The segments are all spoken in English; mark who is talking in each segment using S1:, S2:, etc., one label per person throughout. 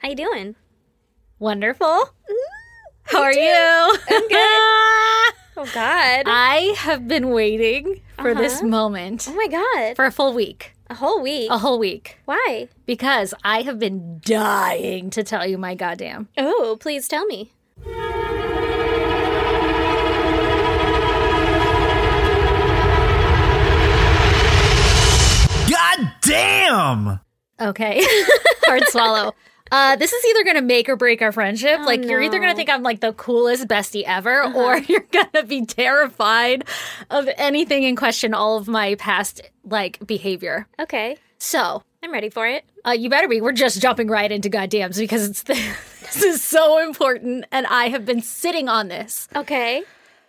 S1: How you doing?
S2: Wonderful. How are
S1: too.
S2: you?
S1: I'm
S2: good.
S1: Oh God!
S2: I have been waiting for this
S1: Uh-huh.
S2: moment
S1: oh my God!
S2: for a full week,
S1: a whole week.
S2: a whole week,
S1: Why?
S2: because I have been dying to tell you my goddamn.
S1: Oh, please tell me.
S3: God damn!
S2: Okay. Hard swallow. Uh, this is either going to make or break our friendship.
S1: Oh,
S2: like, you're either going to think I'm like the coolest bestie ever,
S1: Uh-huh.
S2: or you're going to be terrified of anything and question all of my past, like, behavior.
S1: Okay,
S2: So,
S1: I'm ready for it.
S2: uh, you better be. We're just jumping right into goddams because it's this is so important. And I have been sitting on this
S1: Okay.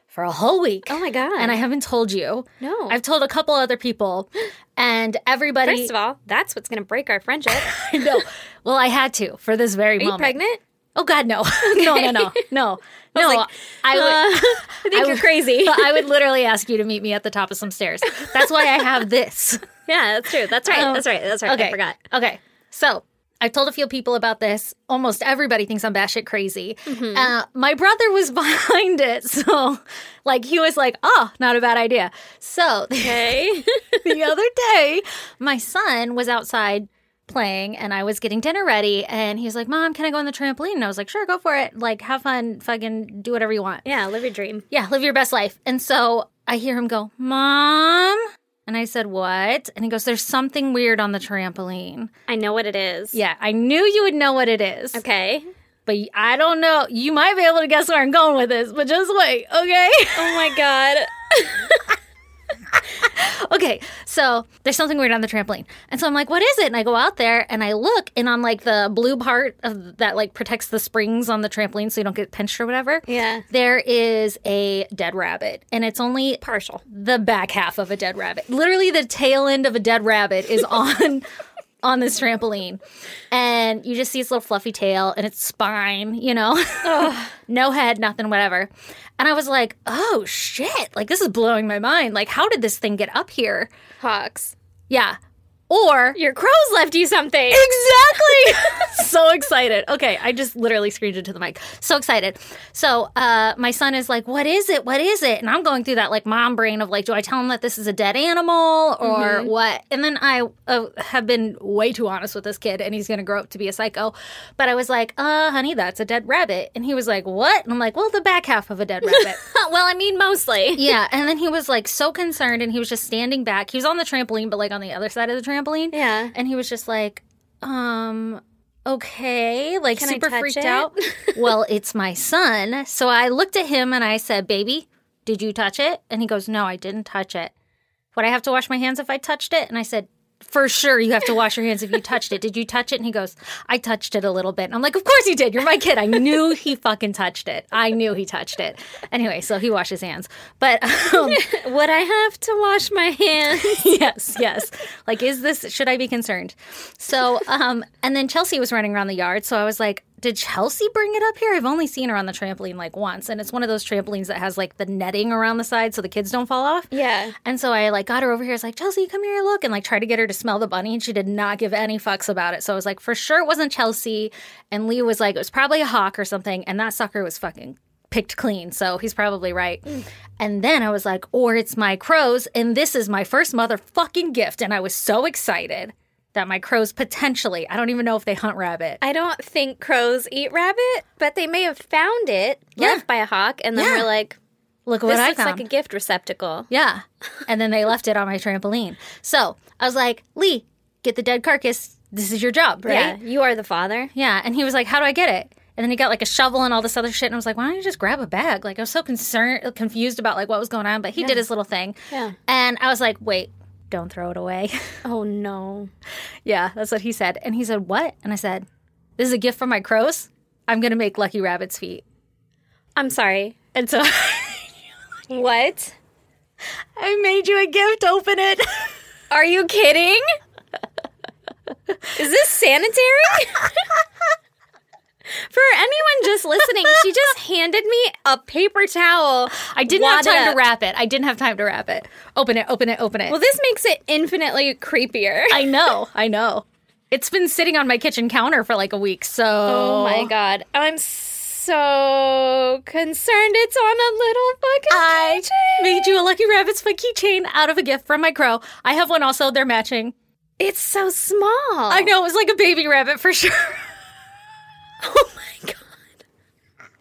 S2: for a whole week.
S1: Oh my God!
S2: And I haven't told you.
S1: No.
S2: I've told a couple other people, and everybody.
S1: First of all, that's what's gonna break our friendship. Are
S2: I know. Well, I had to for this very
S1: you
S2: moment.
S1: pregnant?
S2: Oh God, no, no, no, no, no, no. I,
S1: like,
S2: would.
S1: I think
S2: I
S1: you're
S2: would-
S1: crazy.
S2: I would literally ask you to meet me at the top of some stairs. That's why I have this.
S1: yeah, that's true. That's right.
S2: Um,
S1: that's right. That's right.
S2: Okay.
S1: I forgot.
S2: Okay. So I've told a few people about this. Almost everybody thinks I'm batshit crazy.
S1: Mm-hmm.
S2: Uh, my brother was behind it. So, like, he was like, oh, not a bad idea. So
S1: Okay.
S2: the other day, my son was outside playing and I was getting dinner ready. And he was like, Mom, can I go on the trampoline? And I was like, Sure, go for it. Like, have fun, fucking do whatever you want.
S1: yeah, live your dream.
S2: Yeah, live your best life. And so I hear him go, Mom. And I said, What? And he goes, There's something weird on the trampoline.
S1: I know what it is.
S2: Yeah, I knew you would know what it is.
S1: Okay.
S2: But I don't know. You might be able to guess where I'm going with this, but just wait, okay?
S1: Oh my God.
S2: okay, so there's something weird on the trampoline. And so I'm like, what is it? And I go out there and I look, and on like the blue part of that like protects the springs on the trampoline so you don't get pinched or whatever.
S1: Yeah.
S2: There is a dead rabbit, and it's only partial. The back half of a dead rabbit. Literally the tail end of a dead rabbit is on on this trampoline. And you just see its little fluffy tail and its spine, you know. no head, nothing, whatever. And I was like, oh shit, like this is blowing my mind. Like, how did this thing get up here?
S1: Hawks.
S2: Yeah. Or
S1: Your crows left you something.
S2: Exactly. so excited. Okay, I just literally screamed into the mic. So excited. So uh, my son is like, "What is it? What is it?" And I'm going through that like mom brain of like, "Do I tell him that this is a dead animal or what?" And then I uh, have been way too honest with this kid, and he's gonna grow up to be a psycho. But I was like, "Uh, honey, that's a dead rabbit," and he was like, "What?" And I'm like, "Well, the back half of a dead rabbit."
S1: well, I mean, mostly.
S2: yeah, and then he was like so concerned, and he was just standing back. He was on the trampoline, but like on the other side of the trampoline.
S1: Yeah.
S2: And he was just like, um, okay, like
S1: Can I
S2: super
S1: touch
S2: freaked
S1: it?
S2: out. well, it's my son. So I looked at him and I said, baby, did you touch it? And he goes, no, I didn't touch it. Would I have to wash my hands if I touched it? And I said, for sure, you have to wash your hands if you touched it. Did you touch it? And he goes, I touched it a little bit. And I'm like, Of course you did. You're my kid. I knew he fucking touched it. I knew he touched it. Anyway, so he washed his hands. But um,
S1: Would I have to wash my hands?
S2: yes, yes. Like, is this, should I be concerned? So, um, and then Chelsea was running around the yard. So I was like, did Chelsea bring it up here? I've only seen her on the trampoline like once. And it's one of those trampolines that has like the netting around the side so the kids don't fall off.
S1: yeah.
S2: And so I like got her over here. I was like, Chelsea, come here, look, and like try to get her to smell the bunny. And she did not give any fucks about it. So I was like, for sure it wasn't Chelsea. And Lee was like, it was probably a hawk or something. And that sucker was fucking picked clean. So he's probably right.
S1: Mm.
S2: And then I was like, or it's my crows. And this is my first motherfucking gift. And I was so excited that my crows potentially, I don't even know if they hunt rabbit.
S1: I don't think crows eat rabbit, but they may have found it
S2: Yeah.
S1: left by a hawk, and then
S2: Yeah.
S1: we're like,
S2: look at
S1: "This
S2: what I
S1: looks
S2: found.
S1: like a gift receptacle."
S2: Yeah. And then they left it on my trampoline. So I was like, Lee, get the dead carcass. This is your job, right?
S1: Yeah, you are the father.
S2: Yeah. And he was like, How do I get it? And then he got like a shovel and all this other shit. And I was like, Why don't you just grab a bag? Like, I was so concerned, confused about like what was going on, but he did his little thing.
S1: Yeah.
S2: And I was like, Wait, don't throw it away.
S1: Oh no!
S2: yeah. That's what he said. And he said, What? And I said, This is a gift from my crows. I'm going to make Lucky Rabbit's feet.
S1: I'm sorry.
S2: And so
S1: What?
S2: I made you a gift. Open it.
S1: Are you kidding? Is this sanitary? For anyone just listening, she just handed me a paper towel.
S2: I didn't
S1: Wad
S2: have time
S1: up.
S2: to wrap it. I didn't have time to wrap it. Open it, open it, open it.
S1: Well, this makes it infinitely creepier.
S2: I know, I know. It's been sitting on my kitchen counter for like a week. So
S1: Oh my god. I'm so concerned it's on a little fucking
S2: I
S1: keychain.
S2: made you a Lucky Rabbit's foot keychain out of a gift from my crow. I have one also. They're matching.
S1: It's so small.
S2: I know it was like a baby rabbit for sure.
S1: Oh my god.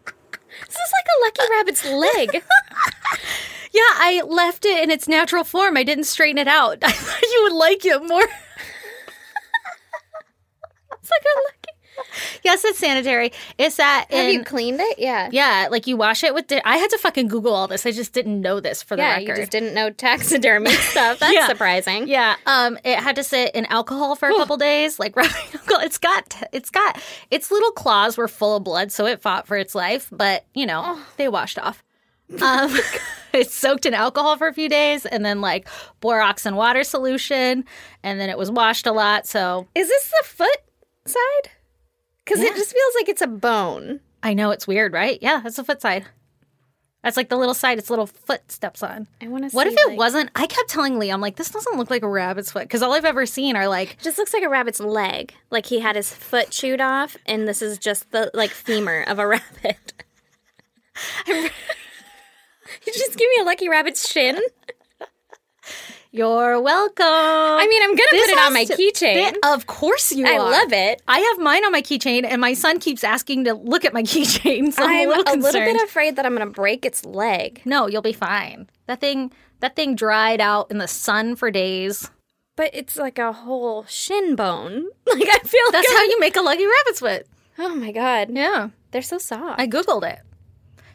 S1: This is like a Lucky Rabbit's leg.
S2: yeah, I left it in its natural form. I didn't straighten it out. I thought you would like it more.
S1: It's like a lucky.
S2: yes, it's sanitary. It's that.
S1: Have
S2: in-
S1: you cleaned it? Yeah.
S2: yeah, like you wash it with. Di- I had to fucking Google all this. I just didn't know this for the
S1: Yeah,
S2: record.
S1: you just didn't know taxidermy stuff. That's
S2: Yeah.
S1: surprising.
S2: Yeah, um, it had to sit in alcohol for a couple days, like rubbing alcohol. It's got, it's got, its little claws were full of blood, so it fought for its life. But you know, they washed off. Um, it soaked in alcohol for a few days, and then like borax and water solution, and then it was washed a lot. So
S1: Is this the foot side? Because it just feels like it's a bone.
S2: I know it's weird, right? Yeah, that's the foot side. That's like the little side its little foot steps on.
S1: I want to see.
S2: What if it
S1: like-
S2: wasn't? I kept telling Lee, I'm like, this doesn't look like a rabbit's foot because all I've ever seen are like
S1: Just looks like a rabbit's leg. Like he had his foot chewed off, and this is just the like femur of a rabbit. you just give me a lucky rabbit's shin.
S2: You're welcome. I
S1: I mean, I'm gonna
S2: This
S1: put it
S2: has
S1: on my
S2: to-
S1: keychain.
S2: Th- of course you
S1: I
S2: are.
S1: love it.
S2: I have mine on my keychain, and my son keeps asking to look at my keychain, so I'm, a
S1: I'm
S2: little concerned.
S1: bit afraid that I'm gonna break its leg,
S2: no, you'll be fine. That thing, that thing dried out in the sun for days.
S1: but it's like a whole shin bone. Like I feel like
S2: That's
S1: I'm-
S2: how you make a lucky rabbit's foot.
S1: oh my god,
S2: Yeah,
S1: they're so soft.
S2: I googled it.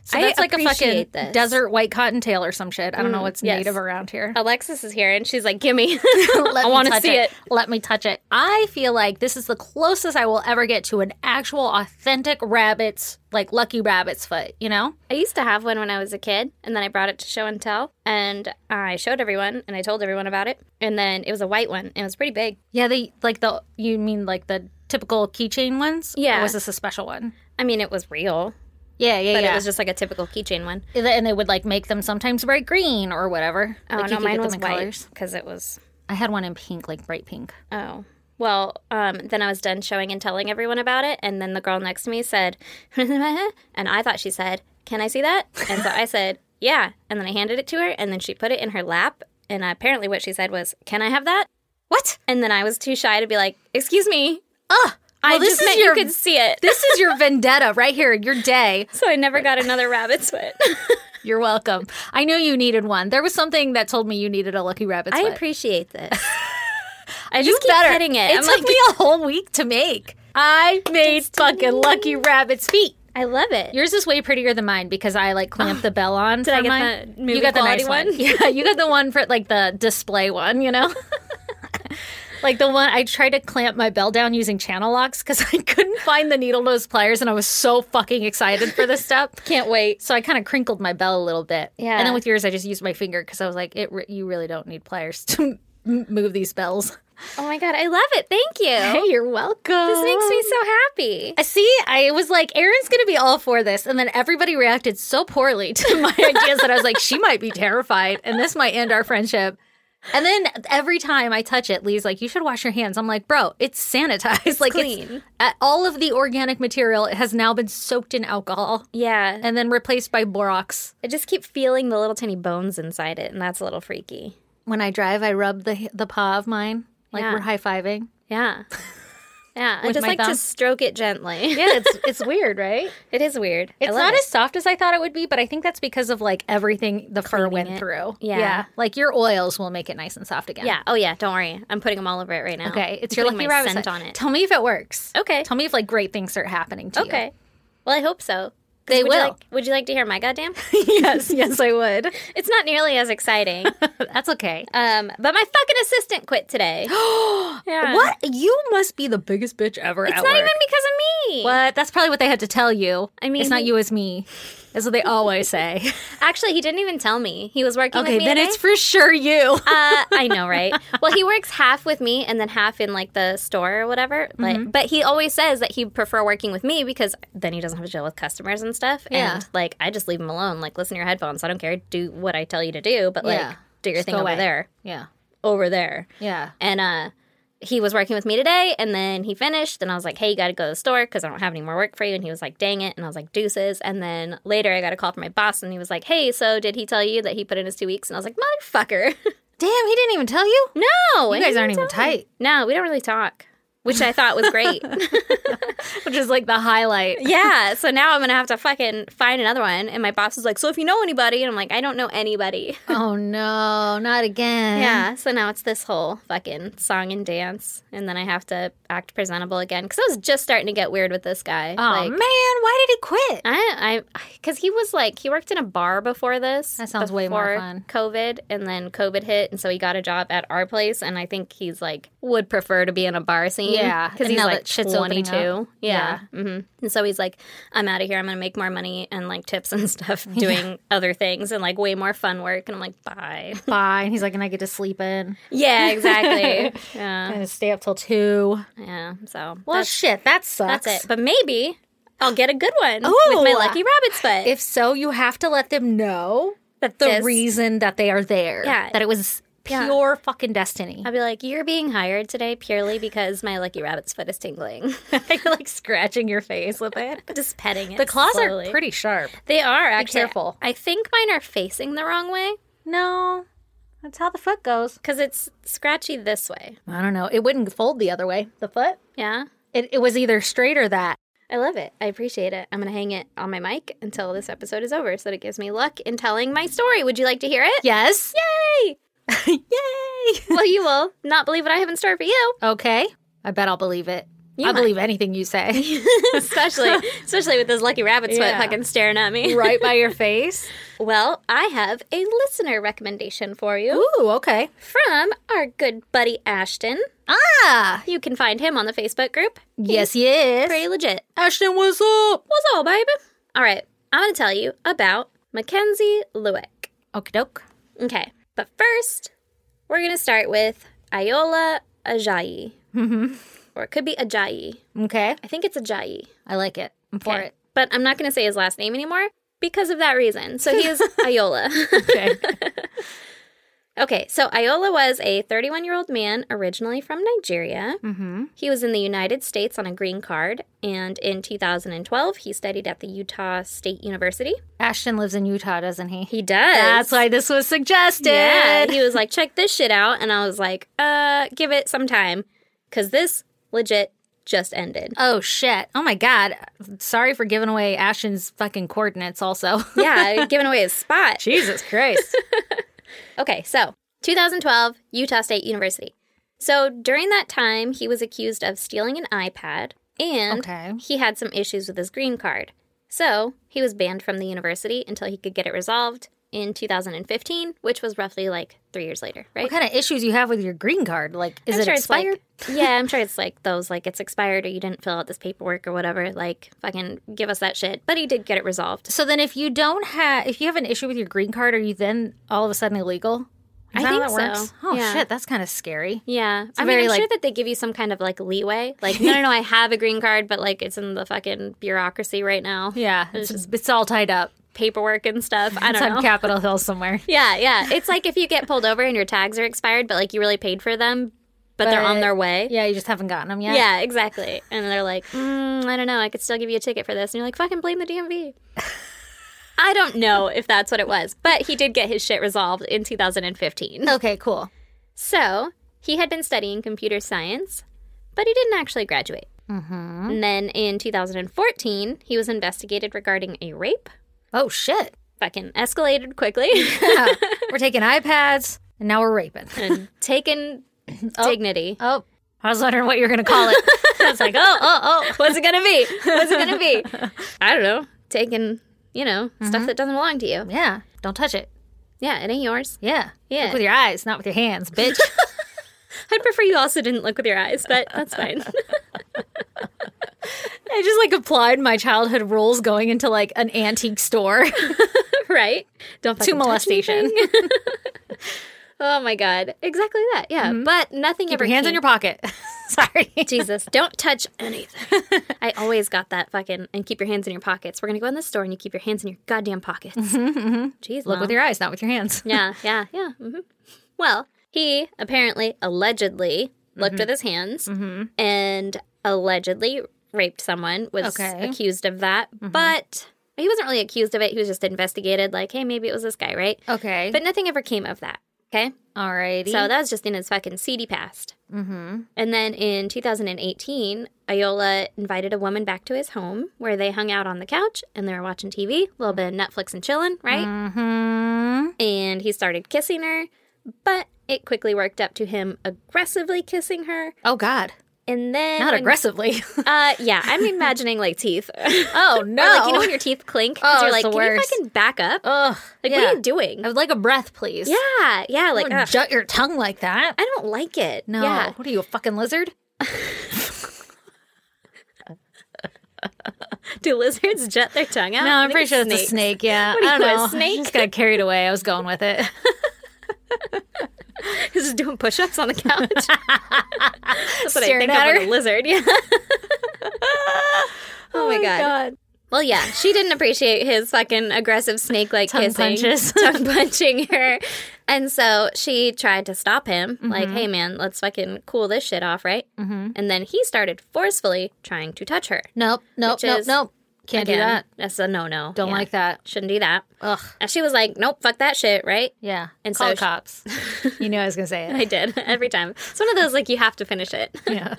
S2: So
S1: I
S2: that's like a fucking
S1: appreciate this. Mm,
S2: desert white cottontail or some shit. I don't know what's
S1: yes.
S2: native around here.
S1: Alexis is here, and she's like, "Give me."
S2: Let
S1: I
S2: me
S1: want to
S2: touch
S1: see it.
S2: Let me touch it. I feel like this is the closest I will ever get to an actual authentic rabbit's, like lucky rabbit's foot, you know?
S1: I used to have one when I was a kid, and then I brought it to show and tell, and I showed everyone, and I told everyone about it, and then it was a white one, and it was pretty big.
S2: Yeah, they like the you mean like the typical keychain ones?
S1: Yeah.
S2: Or was this a special one?
S1: I mean, it was real,
S2: Yeah, yeah,
S1: but
S2: yeah.
S1: it was just like a typical keychain one.
S2: and they would like make them sometimes bright green or whatever.
S1: Oh
S2: like
S1: no,
S2: could
S1: mine was white because it was
S2: I had one in pink, like bright pink.
S1: oh. Well, um, then I was done showing and telling everyone about it, and then the girl next to me said, and I thought she said, "Can I see that?" And so I said, "Yeah," and then I handed it to her, and then she put it in her lap, and apparently what she said was, "Can I have that?"
S2: What?
S1: And then I was too shy to be like, "Excuse me."
S2: Ugh.
S1: I
S2: Well, this
S1: just
S2: is
S1: meant
S2: your-
S1: you could see it.
S2: This is your vendetta right here, your day.
S1: So I never got another rabbit's foot.
S2: You're welcome. I knew you needed one. There was something that told me you needed a lucky rabbit's
S1: I
S2: foot.
S1: appreciate this. I
S2: You
S1: just keep
S2: better.
S1: getting it.
S2: It
S1: I'm
S2: took
S1: like,
S2: me a whole week to make. I made fucking lucky rabbit's feet.
S1: I love it.
S2: Yours is way prettier than mine because I like clamped the bell on. Did
S1: Oh, I get the movie
S2: you got the
S1: quality
S2: nice one?
S1: one?
S2: Yeah, you got the one for like the display one. You know, like the one I tried to clamp my bell down using channel locks because I couldn't find the needle nose pliers, and I was so fucking excited for this step.
S1: Can't wait.
S2: So I kind of crinkled my bell a little bit.
S1: Yeah.
S2: And then with yours, I just used my finger because I was like, it. Re- you really don't need pliers to m- move these bells.
S1: Oh my god, I love it. Thank you.
S2: Hey, you're welcome.
S1: This makes me so happy.
S2: I See, I was like, Erin's going to be all for this. And then everybody reacted so poorly to my ideas that I was like, she might be terrified and this might end our friendship. And then every time I touch it, Lee's like, you should wash your hands. I'm like, bro, it's sanitized. like,
S1: clean.
S2: It's, uh, all of the organic material has now been soaked in alcohol
S1: Yeah.
S2: and then replaced by borax.
S1: I just keep feeling the little tiny bones inside it, and that's a little freaky.
S2: When I drive, I rub the, the paw of mine, like
S1: Yeah.
S2: we're high fiving.
S1: Yeah. Yeah. I
S2: With
S1: just
S2: my
S1: like
S2: thumb?
S1: to stroke it gently.
S2: Yeah, it's, it's weird, right?
S1: It is weird. I
S2: It's
S1: love
S2: not
S1: it.
S2: as soft as I thought it would be, but I think that's because of like everything the fur went
S1: it.
S2: through.
S1: Yeah.
S2: Like your oils will make it nice and soft again.
S1: Yeah. Oh yeah, don't worry. I'm putting them all over it right now.
S2: Okay. It's
S1: I'm
S2: your
S1: putting
S2: lucky
S1: my
S2: rabbit
S1: scent
S2: scent.
S1: on it.
S2: Tell me if it works.
S1: Okay.
S2: Tell me if like great things start happening to
S1: Okay. Well, I hope so. 'Cause
S2: They
S1: would you
S2: will.
S1: like- would you like to hear my goddamn?
S2: you. Okay. yes, yes, I would.
S1: it's not nearly as exciting.
S2: That's okay.
S1: Um, but my fucking assistant quit today. yeah.
S2: What? You must be the biggest bitch ever.
S1: It's not even because of me.
S2: What? That's probably what they had to tell you.
S1: I mean,
S2: it's not
S1: he-
S2: you, it's me. That's what they always say.
S1: Actually, he didn't even tell me. He was working
S2: okay,
S1: with me.
S2: then
S1: today.
S2: it's for sure you.
S1: uh, I know, right? Well, he works half with me and then half in like the store or whatever. But
S2: Mm-hmm.
S1: but he always says that he'd prefer working with me because then he doesn't have to deal with customers and stuff.
S2: Yeah.
S1: And like I just leave him alone. Like listen to your headphones. I don't care. Do what I tell you to do. But like
S2: Yeah.
S1: do your
S2: Just
S1: thing
S2: go
S1: over
S2: away.
S1: there,
S2: yeah.
S1: over there.
S2: Yeah.
S1: And uh, he was working with me today and then he finished and I was like, hey, you got to go to the store because I don't have any more work for you. And he was like, dang it. And I was like, deuces. And then later I got a call from my boss and he was like, hey, so did he tell you that he put in his two weeks? And I was like, motherfucker.
S2: Damn, he didn't even tell you.
S1: no.
S2: You guys aren't even
S1: tight.
S2: tight,
S1: No, we don't really talk, which I thought was great.
S2: which is like the highlight.
S1: yeah. So now I'm going to have to fucking find another one. And my boss was like, so if you know anybody, and I'm like, I don't know anybody.
S2: oh no, not again.
S1: Yeah, so now it's this whole fucking song and dance, and then I have to act presentable again because I was just starting to get weird with this guy.
S2: Oh man, why did he quit?
S1: I, I, because he was like, he worked in a bar before this.
S2: That sounds way more
S1: before
S2: fun.
S1: COVID, and then COVID hit, and so he got a job at our place, and I think he's like would prefer to be in a bar scene.
S2: Yeah,
S1: because
S2: and
S1: he's
S2: now
S1: like
S2: that shit's
S1: twenty
S2: opening up.
S1: two. Yeah, hmm and so he's like, I'm out of here. I'm gonna make more money and like tips and stuff, doing other things and like way more fun work. And I'm like, bye.
S2: Bye. And he's like, and I get to sleep in.
S1: yeah, exactly. yeah.
S2: I'm gonna stay up till two.
S1: Yeah, so
S2: Well,
S1: that's,
S2: shit, that sucks.
S1: that's it. But maybe I'll get a good one with
S2: Ooh.
S1: my lucky rabbit's foot.
S2: If so, you have to let them know
S1: That
S2: the
S1: this-
S2: reason that they are there.
S1: Yeah.
S2: That it was
S1: Yeah.
S2: pure fucking destiny.
S1: I'll be like, you're being hired today purely because my lucky rabbit's foot is tingling.
S2: like scratching your face with it.
S1: Just petting it.
S2: The claws
S1: slowly.
S2: are pretty sharp.
S1: They are actually.
S2: careful.
S1: I think mine are facing the wrong way
S2: No, that's how the foot goes.
S1: because it's scratchy this way.
S2: I don't know. It wouldn't fold the other way. The foot.
S1: Yeah.
S2: It, it was either straight or that.
S1: I love it. I appreciate it. I'm going to hang it on my mic until this episode is over so that it gives me luck in telling my story. Would you like to hear it?
S2: Yes.
S1: Yay!
S2: Yay.
S1: well, you will not believe what I have in store for you.
S2: okay. I bet I'll believe it. I
S1: might.
S2: believe anything you say.
S1: especially especially with this lucky rabbit's
S2: Yeah.
S1: foot fucking staring at me.
S2: right by your face.
S1: Well, I have a listener recommendation for you
S2: Ooh, okay.
S1: from our good buddy Ashton.
S2: Ah,
S1: You can find him on the Facebook group.
S2: yes, yes.
S1: Pretty legit.
S2: Ashton, what's up?
S1: What's up, baby? All right, I'm gonna tell you about Mackenzie Lewick.
S2: Okie doke.
S1: Okay, but first, we're gonna start with Ayola Ajayi, mm-hmm. or it could be Ajayi.
S2: Okay.
S1: I think it's Ajayi.
S2: I like it. I'm for
S1: Okay. But I'm not going to say his last name anymore because of that reason. So he is Iola.
S2: it. Okay.
S1: okay, so Iola was a 31 year old man originally from Nigeria.
S2: mm-hmm.
S1: He was in the United States on a green card, and in 2012, he studied at the Utah State University.
S2: Ashton lives in Utah, doesn't he?
S1: He does.
S2: That's why this was suggested.
S1: Yeah, he was like, check this shit out. And I was like, uh, give it some time because this legit just ended.
S2: Oh shit. Oh my god. Sorry for giving away Ashton's fucking coordinates also.
S1: Yeah, giving away his spot.
S2: Jesus Christ.
S1: Okay, so 2012, Utah State University. So during that time, he was accused of stealing an iPad and
S2: Okay.
S1: he had some issues with his green card. So he was banned from the university until he could get it resolved in 2015, which was roughly like three years later, right?
S2: what kind of issues you have with your green card? Like is
S1: I'm
S2: it
S1: sure it's like-
S2: expired?
S1: yeah, I'm sure it's like those, like it's expired or you didn't fill out this paperwork or whatever. Like, fucking give us that shit. But he did get it resolved.
S2: so then if you don't have if you have an issue with your green card, are you then all of a sudden illegal?
S1: I
S2: Is that how
S1: think
S2: that
S1: so.
S2: works? Oh
S1: Yeah.
S2: shit, that's kind of scary.
S1: Yeah, I
S2: very,
S1: mean, I'm sure
S2: like-
S1: that they give you some kind of like leeway. Like, no, no, no, I have a green card, but like it's in the fucking bureaucracy right now.
S2: Yeah. It's, it's all tied up.
S1: paperwork and stuff. I
S2: It's
S1: don't know.
S2: on Capitol Hill somewhere.
S1: yeah, yeah. It's like if you get pulled over and your tags are expired, but like you really paid for them, but, they're on
S2: But-
S1: their way.
S2: Yeah, you just haven't gotten them yet.
S1: Yeah, exactly. And they're like, mm, I don't know, I could still give you a ticket for this. And you're like, fucking blame the DMV. I don't know if that's what it was, but he did get his shit resolved in 2015.
S2: Okay, cool.
S1: So he had been studying computer science, but he didn't actually graduate. Mm-hmm. And then in 2014, he was investigated regarding a rape.
S2: Oh shit.
S1: Fucking escalated quickly
S2: Yeah. we're taking iPads and now we're raping.
S1: and taken dignity.
S2: Oh, I was wondering what you were going to call it. I was like, oh, oh, oh.
S1: What's it gonna be? What's it gonna be? I don't know. Taking, you know, stuff
S2: Mm-hmm.
S1: that doesn't belong to you.
S2: Yeah, don't touch it.
S1: Yeah, it ain't yours.
S2: Yeah.
S1: Yeah.
S2: Look with your eyes, not with your hands, bitch.
S1: I'd prefer you also didn't look with your eyes, but that's fine.
S2: I just like applied my childhood rules going into like an antique store
S1: right? Don't
S2: to
S1: fucking touch
S2: molestation.
S1: anything. Oh my god, exactly that. Yeah, but nothing
S2: Mm-hmm. Keep
S1: ever.
S2: your hands
S1: came.
S2: in your pocket. Sorry.
S1: Jesus, don't touch anything. I always got that fucking and keep your hands in your pockets. We're gonna go in the store and you keep your hands in your goddamn pockets.
S2: Mm-hmm,
S1: Jeez,
S2: Look with your eyes, not with your hands.
S1: mm-hmm. yeah, yeah, yeah. hmm Well, he apparently, allegedly, looked
S2: Mm-hmm.
S1: with his hands, and allegedly raped someone. Was
S2: Okay. Mm-hmm.
S1: accused of that, but he wasn't really accused of it. He was just investigated. Like, hey, maybe it was this guy, right?
S2: Okay.
S1: But nothing ever came of that. Okay.
S2: Alrighty.
S1: So that was just in his fucking seedy past.
S2: mm-hmm.
S1: And then in 2018, Ayola invited a woman back to his home where they hung out on the couch and they were watching TV, a little bit of Netflix and chilling, right?
S2: Mm-hmm.
S1: And he started kissing her, but it quickly worked up to him aggressively kissing her.
S2: Oh God.
S1: And then.
S2: Not
S1: when-
S2: aggressively.
S1: Uh, yeah, I'm imagining like teeth.
S2: oh no.
S1: Or, like, you know when your teeth clink? 'Cause
S2: Oh,
S1: you're
S2: it's
S1: like,
S2: the
S1: can
S2: worst.
S1: you fucking back up?
S2: Ugh.
S1: like,
S2: yeah.
S1: what are you doing?
S2: I would like a breath, please.
S1: Yeah, yeah, like,
S2: Don't
S1: ugh,
S2: jut your tongue like that.
S1: I don't like it.
S2: No.
S1: Yeah.
S2: What are you, a fucking lizard?
S1: Do lizards jet their tongue out?
S2: No,
S1: I
S2: I'm
S1: think
S2: pretty sure it's a
S1: snakes.
S2: snake. Yeah,
S1: are
S2: I don't
S1: you, a
S2: know. I
S1: snake?
S2: just got carried away. I was going with it.
S1: He's just doing push-ups on the couch. That's what
S2: Staring
S1: I think
S2: at
S1: of
S2: her.
S1: with a lizard. Yeah. oh my god. Well, yeah, she didn't appreciate his fucking aggressive snake-like
S2: Tongue
S1: kissing,
S2: punches.
S1: tongue punching her, and so she tried to stop him. Like, hey man, let's fucking cool this shit off, right? Mm-hmm. And then he started forcefully trying to touch her.
S2: Nope. Nope.
S1: Which
S2: Nope.
S1: is-
S2: nope. Can't do that.
S1: That's a no-no.
S2: Don't
S1: Yeah.
S2: like that.
S1: Shouldn't do that.
S2: Ugh.
S1: And she was like, "Nope, fuck that shit," right?
S2: Yeah.
S1: And
S2: Call
S1: so
S2: the
S1: she-
S2: cops. you knew I was gonna say
S1: I
S2: it.
S1: did every time. It's one of those like you have to finish it.
S2: Yeah.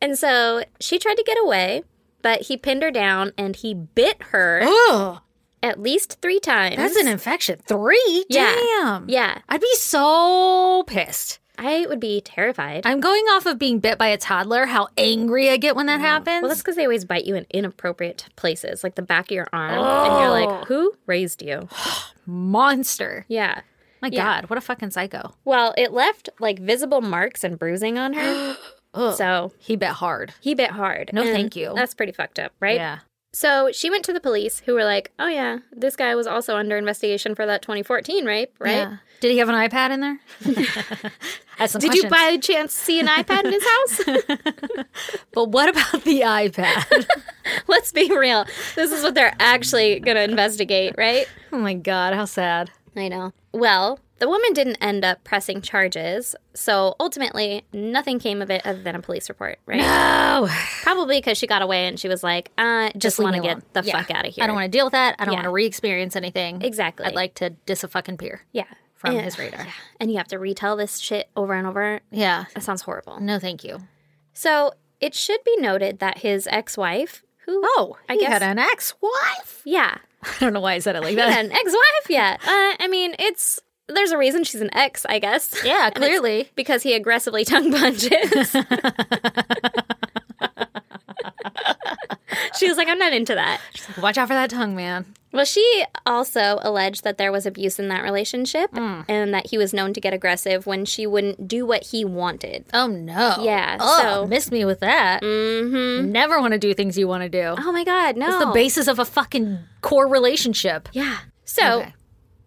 S1: And so she tried to get away, but he pinned her down and he bit her
S2: Oh,
S1: at least three times.
S2: that's an infection. Three.
S1: Yeah.
S2: Damn.
S1: yeah.
S2: I'd be so pissed.
S1: I would be terrified.
S2: I'm going off of being bit by a toddler. How angry I get when that happens.
S1: well, that's because they always bite you in inappropriate places, like the back of your arm, and you're
S2: Oh.
S1: like, "Who raised you?"
S2: monster.
S1: Yeah.
S2: My
S1: Yeah.
S2: God, what a fucking psycho.
S1: Well, it left like visible marks and bruising on her,
S2: Ugh.
S1: so
S2: He bit hard.
S1: he bit hard.
S2: No,
S1: And
S2: thank you.
S1: That's pretty fucked up, right?
S2: Yeah.
S1: So she went to the police, who were like, "Oh yeah, this guy was also under investigation for that 2014 rape, right?"
S2: Yeah. Did he have an iPad in there? That's some
S1: Did you
S2: questions.
S1: by chance see an iPad in his house?
S2: But what about the iPad?
S1: Let's be real. This is what they're actually going to investigate, right?
S2: oh my God, how sad.
S1: I know. Well, the woman didn't end up pressing charges, so ultimately nothing came of it other than a police report, right?
S2: Oh,
S1: Probably because she got away and she was like, uh, just,
S2: leave
S1: want
S2: me
S1: to get
S2: alone.
S1: the
S2: Yeah.
S1: fuck out of here.
S2: I don't want to deal with that. I don't
S1: Yeah.
S2: want to re experience anything.
S1: Exactly.
S2: I'd like to dis a fucking peer
S1: yeah.
S2: from
S1: And-
S2: his radar. Yeah.
S1: And you have to retell this shit over and over. That sounds horrible.
S2: No, thank you.
S1: So it should be noted that his ex wife, who. I
S2: Oh, he
S1: guess.
S2: had an ex wife.
S1: yeah.
S2: I don't know why I said it like
S1: Yeah,
S2: that.
S1: an ex-wife. Yeah. Uh, I mean, it's there's a reason she's an ex, I guess.
S2: Yeah,
S1: And it's
S2: clearly.
S1: because he aggressively tongue punches. she was like, "I'm not into that."
S2: Watch out for that tongue, man.
S1: Well, she also alleged that there was abuse in that relationship
S2: Hmm.
S1: and that he was known to get aggressive when she wouldn't do what he wanted.
S2: Oh, no.
S1: Yeah,
S2: Oh,
S1: so-
S2: missed me with that.
S1: Mm-hmm.
S2: Never want to do things you want to do.
S1: Oh my God, no!
S2: It's the basis of a fucking core relationship.
S1: Yeah. So
S2: Okay.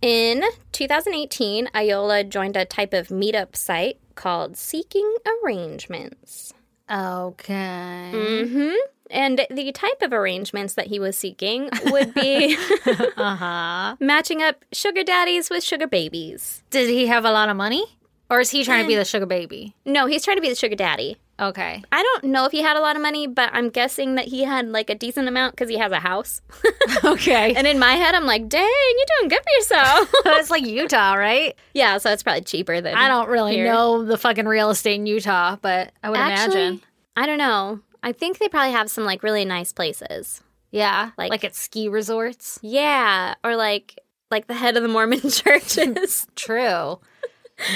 S1: in 2018, Ayola joined a type of meetup site called Seeking Arrangements.
S2: Okay.
S1: And the type of arrangements that he was seeking would be
S2: Uh-huh.
S1: matching up sugar daddies with sugar babies.
S2: Did he have a lot of money? Or is he trying to be the sugar baby?
S1: No, he's trying to be the sugar daddy.
S2: Okay.
S1: I don't know if he had a lot of money, but I'm guessing that he had like a decent amount because he has a house.
S2: Okay.
S1: and in my head, I'm like, dang, you're doing good for yourself.
S2: That's like Utah, right?
S1: yeah, so it's probably cheaper than
S2: I don't really
S1: Mm, Here.
S2: know the fucking real estate in Utah, but I would
S1: Actually,
S2: imagine.
S1: I don't know. I think they probably have some like really nice places.
S2: Yeah. Like,
S1: like-
S2: at ski resorts.
S1: Yeah, or like like the head of the Mormon churches.
S2: True.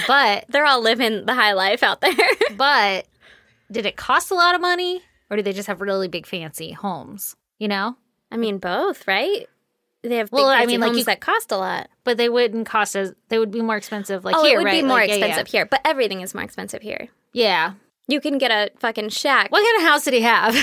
S2: But
S1: They're all living the high life out there.
S2: but did it cost a lot of money? Or do they just have really big fancy homes? You know?
S1: I mean, both, right? They have big
S2: Well, I
S1: fancy
S2: mean, like,
S1: homes
S2: you-
S1: that cost a lot.
S2: But they wouldn't cost as they would be more expensive like
S1: oh,
S2: here,
S1: it would be
S2: right?
S1: more
S2: Like, yeah, yeah.
S1: expensive here, but everything is more expensive here.
S2: yeah.
S1: You can get a fucking shack.
S2: What kind of house did he have?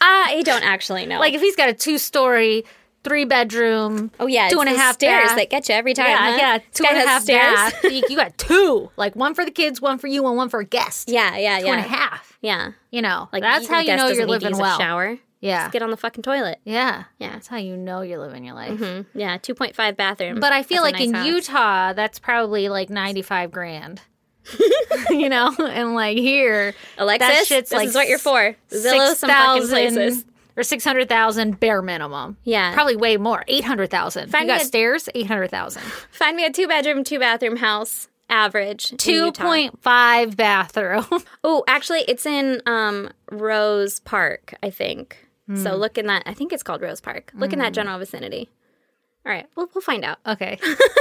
S1: I don't actually know.
S2: Like if he's got a two story, three bedroom.
S1: oh yeah, it's
S2: two and a
S1: the
S2: half
S1: stairs
S2: bath.
S1: that get you every time.
S2: yeah,
S1: huh?
S2: yeah,
S1: This
S2: two
S1: guy
S2: and a
S1: has
S2: half
S1: stairs.
S2: bath. you, you got two, like one for the kids, one for you, and one for a guest.
S1: Yeah, yeah,
S2: Two and a half.
S1: yeah, yeah.
S2: You know,
S1: Like
S2: like that's
S1: you-
S2: how you
S1: guest
S2: know
S1: doesn't
S2: you're
S1: need to
S2: living
S1: use a
S2: well.
S1: Shower.
S2: Yeah,
S1: Just get on the fucking toilet.
S2: yeah,
S1: Yeah.
S2: That's how you know you're living your life.
S1: Mm, yeah, two point five bathroom.
S2: Mm-hmm. But I feel
S1: That's a
S2: like in
S1: nice house.
S2: Utah, that's probably like ninety five grand you know, and like here,
S1: Alexis,
S2: that shit's
S1: this
S2: like
S1: is what you're for. Zillow some fucking
S2: 6,000
S1: places.
S2: Or 600,000 bare minimum.
S1: Yeah.
S2: Probably way more. 800,000. You
S1: Find
S2: got
S1: me a-
S2: stairs, 800,000.
S1: Find me a two bedroom, two bathroom house, average. in Utah.
S2: 2.5 bathroom.
S1: Oh, actually, it's in um, Rose Park, I think.
S2: Hmm.
S1: So look in that. I think it's called Rose Park. Look in that general vicinity. All right, we'll we'll find out.
S2: okay.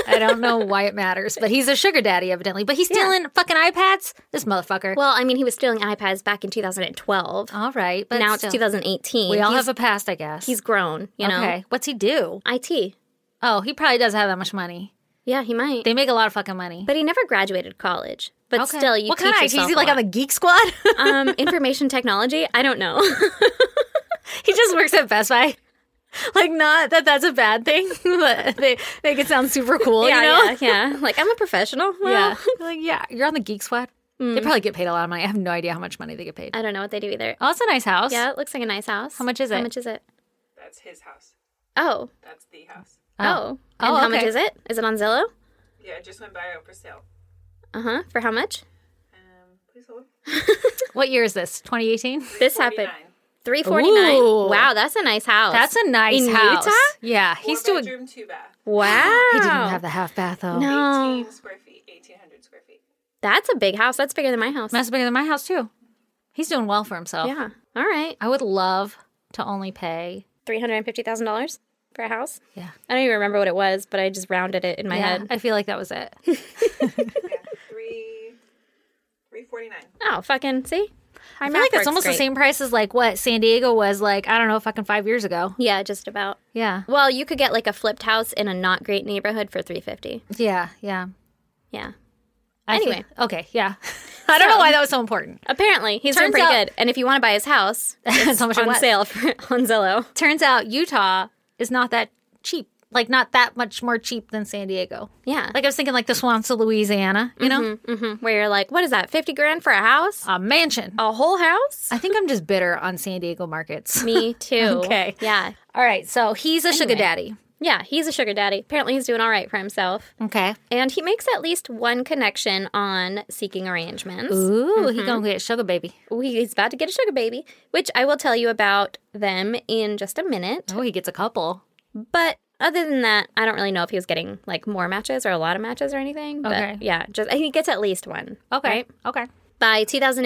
S2: I don't know why it matters, but he's a sugar daddy evidently. But he's stealing fucking iPads? This motherfucker.
S1: Well, I mean, he was stealing iPads back in 2012.
S2: All right, but
S1: now
S2: still.
S1: it's 2018.
S2: Oh, We all
S1: he's,
S2: have a past, I guess.
S1: he's grown. You know,
S2: Okay. What's he do?
S1: IT.
S2: Oh, he probably doesn't have that much money.
S1: Yeah, he might.
S2: They make a lot of fucking money.
S1: but he never graduated college. But
S2: Okay.
S1: still, you
S2: what
S1: teach
S2: kind of IT?
S1: yourself
S2: Is he
S1: a
S2: like on
S1: lot.
S2: the Geek Squad?
S1: um, information technology? I don't know.
S2: He just works at Best Buy. Like, not that that's a bad thing, but they make it sound super cool,
S1: yeah,
S2: you know?
S1: yeah, yeah. Like I'm a professional. Well,
S2: Yeah. Like, yeah, you're on the Geek Squad. They probably get paid a lot of money. I have no idea how much money they get paid.
S1: I don't know what they do either.
S2: Oh, it's a nice house.
S1: Uh, Yeah, it looks like a nice house. How
S2: much is it?
S1: How much is it?
S4: That's his house.
S1: Oh,
S4: That's the house.
S1: Oh.
S2: Oh,
S1: And how much
S2: okay.
S1: is it? Is it on Zillow?
S4: Yeah, it just went by out for sale.
S1: Uh huh. For how much?
S4: Um, please hold.
S2: What year is this? 2018?
S1: This happened. Three forty nine.
S2: Ooh.
S1: Wow, that's a nice house.
S2: That's a nice
S1: In
S2: house.
S1: Utah?
S2: Yeah. He's doing.
S4: bedroom, two bath.
S1: wow.
S2: He didn't have the half bath, though.
S1: No. Oh.
S4: 18 square feet, 1,800 square feet.
S1: That's a big house. That's bigger than my house.
S2: That's bigger than my house, too. He's doing well for himself.
S1: yeah. All right.
S2: I would love to only pay.
S1: Three hundred and fifty thousand dollars for a house.
S2: Yeah.
S1: I don't even remember what it was, but I just rounded it in my
S2: yeah,
S1: head.
S2: I feel like that was it.
S4: Yeah, three, 349.
S1: Oh, fucking see.
S2: I feel like that's almost the same price as like what San Diego was like, I don't know, fucking five years ago.
S1: Yeah, just about.
S2: Yeah.
S1: Well, you could get like a flipped house in a not great neighborhood for three fifty.
S2: Yeah. Yeah.
S1: Yeah.
S2: I feel-
S1: Anyway.
S2: okay, yeah. I don't know why that was so important.
S1: Apparently, he's
S2: Turns
S1: doing pretty
S2: out-
S1: good. And if you want to buy his house,
S2: That's how much it
S1: on
S2: was.
S1: sale for, on Zillow.
S2: Turns out Utah is not that cheap. Like not that much more cheap than San Diego.
S1: Yeah.
S2: Like I was thinking like the Swamps of Louisiana, you know?
S1: where you're like, what is that? Fifty grand for a house?
S2: A mansion.
S1: A whole house?
S2: I think I'm just bitter on San Diego markets.
S1: Me too.
S2: Okay.
S1: Yeah.
S2: All right, so he's a sugar daddy.
S1: Yeah. He's a sugar daddy. Apparently, he's doing all right for himself,
S2: Okay.
S1: and he makes at least one connection on seeking arrangements.
S2: Ooh, he gonna get sugar baby.
S1: Ooh, He's about to get a sugar baby, which I will tell you about them in just a minute.
S2: Oh, he gets a couple.
S1: But other than that, I don't really know if he was getting like more matches or a lot of matches or anything. But
S2: Okay.
S1: yeah, just he gets at least one.
S2: Okay.
S1: right?
S2: Okay.
S1: By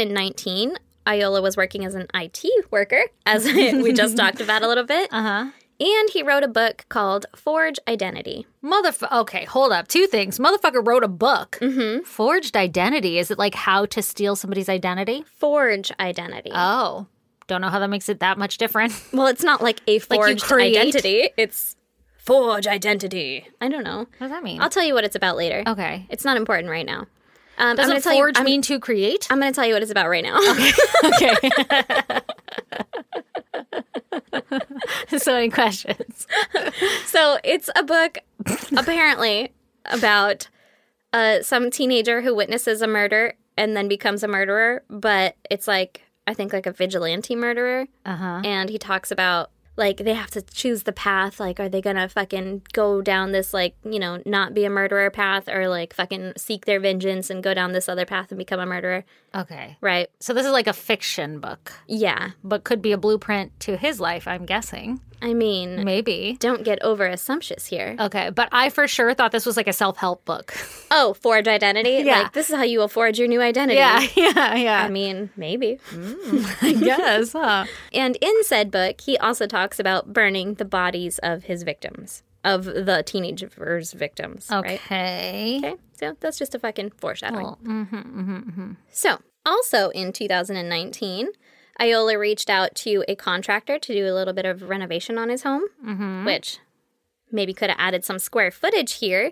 S1: 2019, Iola was working as an IT worker, as we just talked about a little bit.
S2: Uh-huh.
S1: And he wrote a book called Forge Identity.
S2: Motherf okay, hold up. Two things. Motherfucker wrote a book. Mm-hmm. Forged identity. Is it like how to steal somebody's identity?
S1: Forge Identity.
S2: Oh, don't know how that makes it that much different.
S1: well, it's not like a
S2: you
S1: forged
S2: create?
S1: identity, it's Forge Identity. I don't know.
S2: What does that mean?
S1: I'll tell you what it's about later.
S2: okay.
S1: It's not important right now. Um, I'm gonna
S2: Doesn't
S1: tell you-
S2: forge
S1: I'm-
S2: mean to create?
S1: I'm going to tell you what it's about right now.
S2: Okay. so any questions?
S1: So it's a book, apparently, about uh, some teenager who witnesses a murder and then becomes a murderer. But it's like, I think, like a vigilante murderer.
S2: Uh-huh.
S1: And he talks about, like, they have to choose the path. Like, are they going to fucking go down this, like, you know, not be a murderer path or, like, fucking seek their vengeance and go down this other path and become a murderer?
S2: Okay.
S1: Right.
S2: So this is like a fiction book,
S1: Yeah.
S2: but could be a blueprint to his life, I'm guessing.
S1: I mean,
S2: Maybe.
S1: don't get over assumptious here.
S2: Okay, but I for sure thought this was like a self-help book.
S1: Oh, forge identity?
S2: Yeah.
S1: Like, this is how you will forge your new identity.
S2: yeah, yeah.
S1: I mean, maybe.
S2: I guess, huh?
S1: And in said book, he also talks about burning the bodies of his victims, of the teenagers' victims. Right?
S2: Okay. Oh,
S1: Okay. So that's just a fucking foreshadowing.
S2: mm-hmm,
S1: So, also in 2019, Iola reached out to a contractor to do a little bit of renovation on his home,
S2: Mm-hmm.
S1: which maybe could have added some square footage here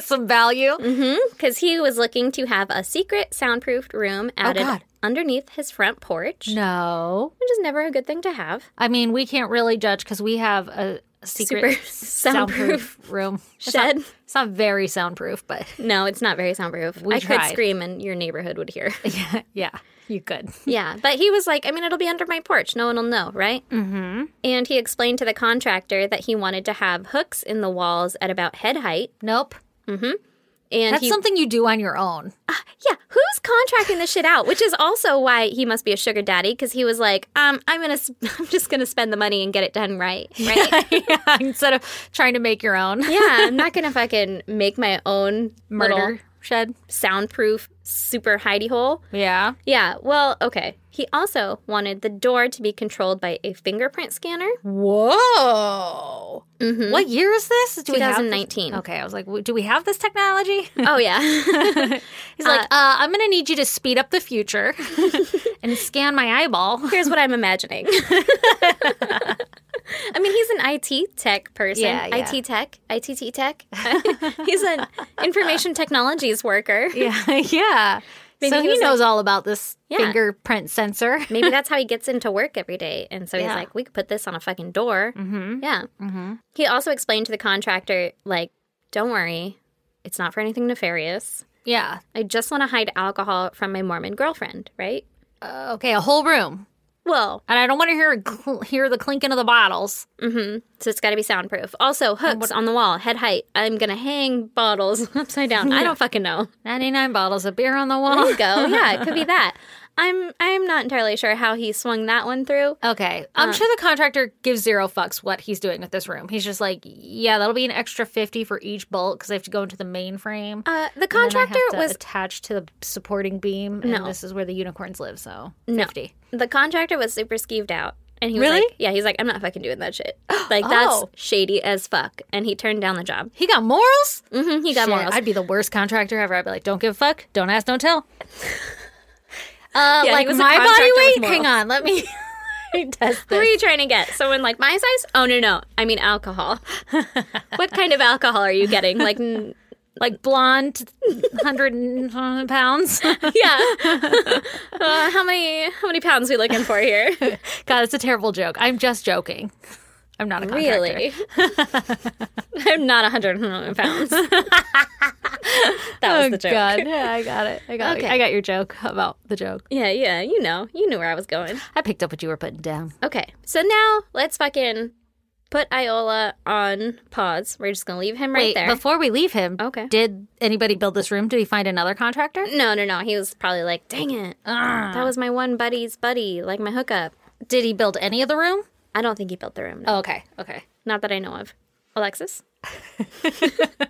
S2: Some value.
S1: Mm-hmm. because he was looking to have a secret soundproofed room added
S2: Oh, God.
S1: underneath his front porch,
S2: No.
S1: which is never a good thing to have.
S2: I mean, we can't really judge because we have a secret
S1: Super soundproof
S2: soundproof room. It's not-
S1: shed.
S2: It's not very soundproof, but
S1: No, it's not very soundproof.
S2: We
S1: I
S2: tried.
S1: could scream and your neighborhood would hear.
S2: yeah, yeah, you could.
S1: yeah, but he was like, I mean, it'll be under my porch. No one will know, right? Mm-hmm. And he explained to the contractor that he wanted to have hooks in the walls at about head height
S2: Nope.
S1: And
S2: That's
S1: he,
S2: something you do on your own.
S1: yeah, who's contracting this shit out? Which is also why he must be a sugar daddy because he was like, um, I'm gonna, sp- I'm just gonna spend the money and get it done right, right?
S2: yeah, instead of trying to make your own
S1: yeah, I'm not gonna fucking make my own
S2: murder
S1: little
S2: shed.
S1: soundproof super hidey hole.
S2: Yeah.
S1: Yeah, well, okay. He also wanted the door to be controlled by a fingerprint scanner.
S2: Whoa.
S1: Mm-hmm.
S2: What year is this? Do we have this-
S1: 2019.
S2: Okay, I was like, w- do we have this technology?
S1: Oh yeah.
S2: He's like, uh, I'm going to need you to speed up the future and scan my eyeball.
S1: Here's what I'm imagining. I mean, he's an IT tech person.
S2: Yeah, yeah.
S1: IT tech, ITT tech. he's an information technologies worker.
S2: Yeah, yeah.
S1: Maybe
S2: so
S1: he
S2: he,
S1: was
S2: knows all about this
S1: Yeah.
S2: fingerprint sensor.
S1: Maybe that's how he gets into work every day. And so he's
S2: Yeah.
S1: like, we could put this on a fucking door. Mm-hmm. Yeah. He also explained to the contractor, like, don't worry, it's not for anything nefarious.
S2: Yeah.
S1: I just want to hide alcohol from my Mormon girlfriend, right?
S2: Uh, okay, a whole room,
S1: Well,
S2: and I don't want to hear cl- hear the clinking of the bottles.
S1: So it's got to be soundproof. Also, hooks on the wall, head height. I'm gonna hang bottles upside down. I don't fucking know.
S2: Ninety nine bottles of beer on the wall.
S1: There you go. Yeah, it could be that. I'm I'm not entirely sure how he swung that one through.
S2: Okay,
S1: Uh.
S2: I'm sure the contractor gives zero fucks what he's doing with this room. He's just like, yeah, that'll be an extra fifty for each bolt because I have to go into the main frame.
S1: Uh, the
S2: And then I have
S1: contractor
S2: to
S1: was
S2: attached to the supporting beam, and
S1: No.
S2: this is where the unicorns live. So
S1: No.
S2: fifty.
S1: the contractor was super skeeved out, and he was
S2: Really?
S1: like, "Yeah, he's like, I'm not fucking doing that shit. Like that's
S2: Oh.
S1: shady as fuck." And he turned down the job.
S2: He got morals.
S1: hmm he got
S2: Shit,
S1: morals.
S2: I'd be the worst contractor ever. I'd be like, don't give a fuck, don't ask, don't tell. Uh,
S1: he
S2: like
S1: was a
S2: my
S1: contractor
S2: body
S1: with
S2: weight.
S1: morals.
S2: Hang on, let me test
S1: Who are
S2: this.
S1: you trying to get? Someone like my size? Oh no no, I mean alcohol. what kind of alcohol are you getting? Like. N-
S2: Like blonde, hundred pounds. God,
S1: yeah. uh, how many how many pounds we looking for here?
S2: that's a terrible joke. I'm just joking. I'm not a contractor.
S1: Really? I'm not 100 pounds. that was
S2: Oh
S1: the joke.
S2: God, yeah, I got it. I got.
S1: Okay.
S2: It. I got your joke about the joke.
S1: Yeah, yeah, you know, you knew where I was going.
S2: I picked up what you were putting down.
S1: Okay, so now let's fucking put Iola on pause. We're just gonna leave him right
S2: Wait,
S1: there.
S2: before we leave him,
S1: Okay.
S2: Did anybody build this room? Did he find another contractor?
S1: no, no, no. He was probably like, "Dang it, that was my one buddy's buddy, like my hookup."
S2: Did he build any of the room?
S1: I don't think he built the room. No.
S2: Oh, okay, okay.
S1: Not that I know of. Alexis,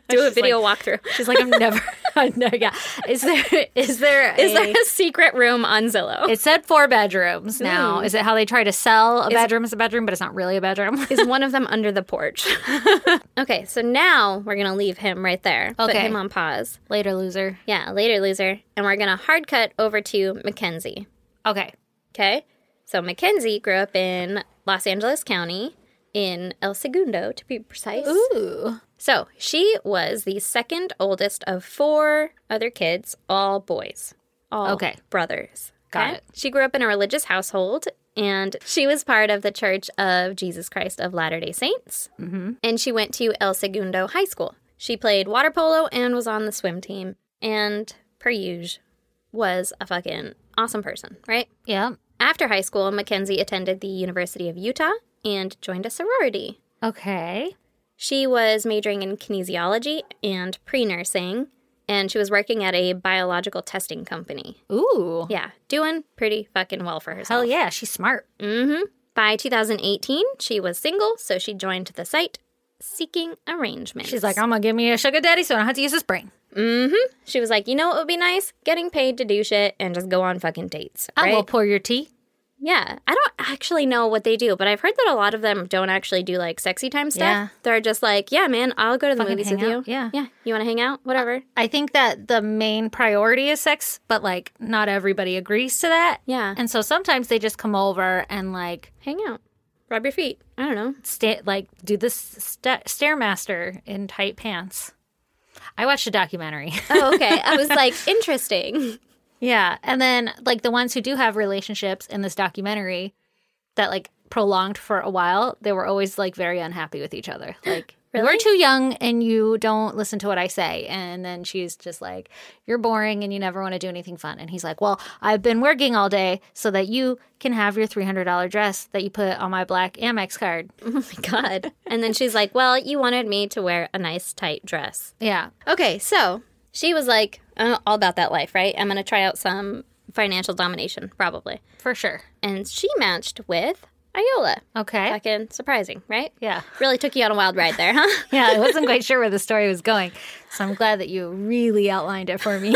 S1: do a video walkthrough.
S2: She's like, I'm never. I know. Yeah. Is there? Is there?
S1: Is there a secret room on Zillow?
S2: It said four bedrooms. Now,
S1: Ooh.
S2: is it how they try to sell a bedroom as a bedroom, but it's not really a bedroom?
S1: Is one of them under the porch? okay, so now we're gonna leave him right there. Put
S2: Okay.
S1: him on pause.
S2: Later, loser.
S1: Yeah, later, loser. And we're gonna hard cut over to Mackenzie.
S2: Okay.
S1: Okay, so Mackenzie grew up in Los Angeles County, in El Segundo to be precise.
S2: Ooh.
S1: So she was the second oldest of four other kids, all boys, all
S2: Okay.
S1: brothers.
S2: Got it.
S1: She grew up in a religious household and she was part of the Church of Jesus Christ of Latter day Saints. Mm-hmm. And she went to El Segundo High School. She played water polo and was on the swim team. And per usual, was a fucking awesome person, right?
S2: Yeah.
S1: After high school, Mackenzie attended the University of Utah and joined a sorority.
S2: Okay.
S1: She was majoring in kinesiology and pre nursing, and she was working at a biological testing company.
S2: Ooh.
S1: Yeah, doing pretty fucking well for herself.
S2: Hell yeah, she's smart.
S1: By 2018, she was single, so she joined the site seeking arrangements.
S2: She's like, I'm gonna give me a sugar daddy, so I don't have to use his brain.
S1: she was like, you know what would be nice? Getting paid to do shit and just go on fucking dates.
S2: I
S1: Right?
S2: will pour your tea.
S1: yeah, I don't actually know what they do, but I've heard that a lot of them don't actually do like sexy time stuff.
S2: Yeah.
S1: They're just like, yeah, man, I'll go to the
S2: Fucking
S1: movies
S2: hang
S1: with you.
S2: out, yeah.
S1: yeah, you want to hang out? Whatever.
S2: I think that the main priority is sex, but like not everybody agrees to that.
S1: Yeah.
S2: And so sometimes they just come over and like
S1: hang out, rub your feet. I don't know.
S2: sta- like do this sta- stairmaster in tight pants. I watched a documentary.
S1: Oh, okay. I was like, interesting.
S2: yeah, and then like the ones who do have relationships in this documentary that like prolonged for a while, they were always like very unhappy with each other. Like we're too young and you don't listen to what I say. And then she's just like, "You're boring and you never want to do anything fun." And he's like, "Well, I've been working all day so that you can have your three hundred dollar dress that you put on my black Amex card."
S1: Oh my God. And then she's like, well, you wanted me to wear a nice tight dress.
S2: Yeah,
S1: Okay, so She was like, oh, all about that life, right? I'm going to try out some financial domination, probably.
S2: for sure.
S1: And she matched with Iola.
S2: Okay.
S1: Fucking surprising, right?
S2: Yeah.
S1: Really took you on a wild ride there, huh?
S2: Yeah, I wasn't quite sure where the story was going. So I'm glad that you really outlined it for me.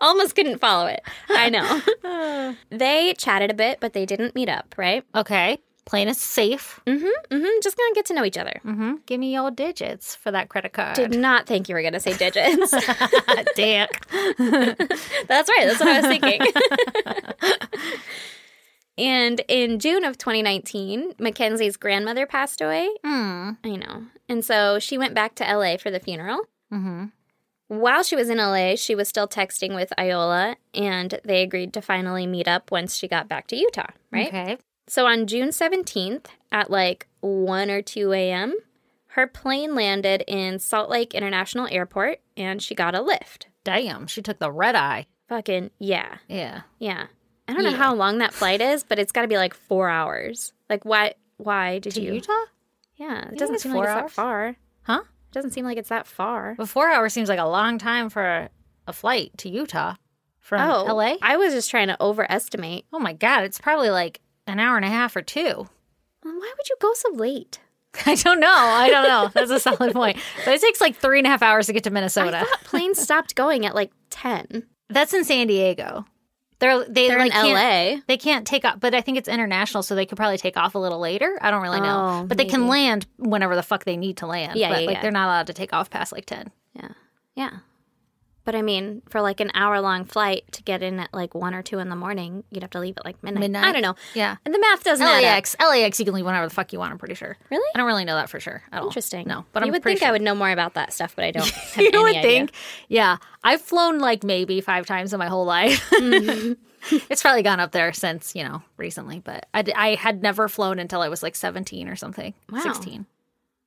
S1: Almost couldn't follow it. I know. they chatted a bit, but they didn't meet up, right?
S2: okay. Plane is safe.
S1: hmm just gonna get to know each other.
S2: Mm-hmm. Give me your digits for that credit card.
S1: Did not think you were gonna say digits.
S2: Dick.
S1: That's right. That's what I was thinking. and in June of 2019, Mackenzie's grandmother passed away.
S2: Mm.
S1: I know. And so she went back to LA for the funeral.
S2: Mm-hmm.
S1: While she was in LA, she was still texting with Iola, and they agreed to finally meet up once she got back to Utah, right?
S2: Okay.
S1: So on June 17th at like 1 or 2 a.m., her plane landed in Salt Lake International Airport and she got a lift.
S2: Damn, she took the red eye.
S1: Fucking, yeah.
S2: Yeah.
S1: Yeah. I don't know how long that flight is, but it's got to be like four hours. Like, why? Why did
S2: To
S1: you?
S2: Utah?
S1: Yeah, it
S2: think
S1: doesn't
S2: it's
S1: seem
S2: four
S1: like it's
S2: hours?
S1: that far. It
S2: Huh?
S1: doesn't seem like it's that far.
S2: But four hours seems like a long time for a flight to Utah from
S1: oh,
S2: LA.
S1: I was just trying to overestimate.
S2: oh my God, it's probably like an hour and a half or two.
S1: Well, Why would you go so late?
S2: I don't know. I don't know. That's a solid point. But it takes like three and a half hours to get to
S1: I
S2: Minnesota.
S1: thought planes stopped going at like ten.
S2: That's in San Diego. They're they
S1: They're
S2: like
S1: in
S2: can't-
S1: LA.
S2: They can't take off, but I think it's international, so they could probably take off a little later. I don't really know,
S1: Oh,
S2: but they can land whenever the fuck they need to land.
S1: Yeah,
S2: but
S1: yeah,
S2: like
S1: yeah.
S2: they're not allowed to take off past like ten.
S1: Yeah, yeah. But I mean, for like an hour long flight to get in at like one or two in the morning, you'd have to leave at like midnight.
S2: Midnight.
S1: I don't know.
S2: Yeah.
S1: And the math doesn't add up.
S2: LAX, LAX, you can leave whenever the fuck you want. I'm pretty sure.
S1: Really?
S2: I don't really know that for sure at all.
S1: Interesting.
S2: No, but
S1: you
S2: I'm
S1: would
S2: pretty
S1: think
S2: sure.
S1: I would know more about that stuff, but I don't. Have
S2: you
S1: any
S2: would
S1: idea.
S2: think. Yeah. I've flown like maybe five times in my whole life.
S1: Mm-hmm.
S2: it's probably gone up there since, you know, recently, but I, d- I had never flown until I was like 17 or something.
S1: Wow.
S2: 16.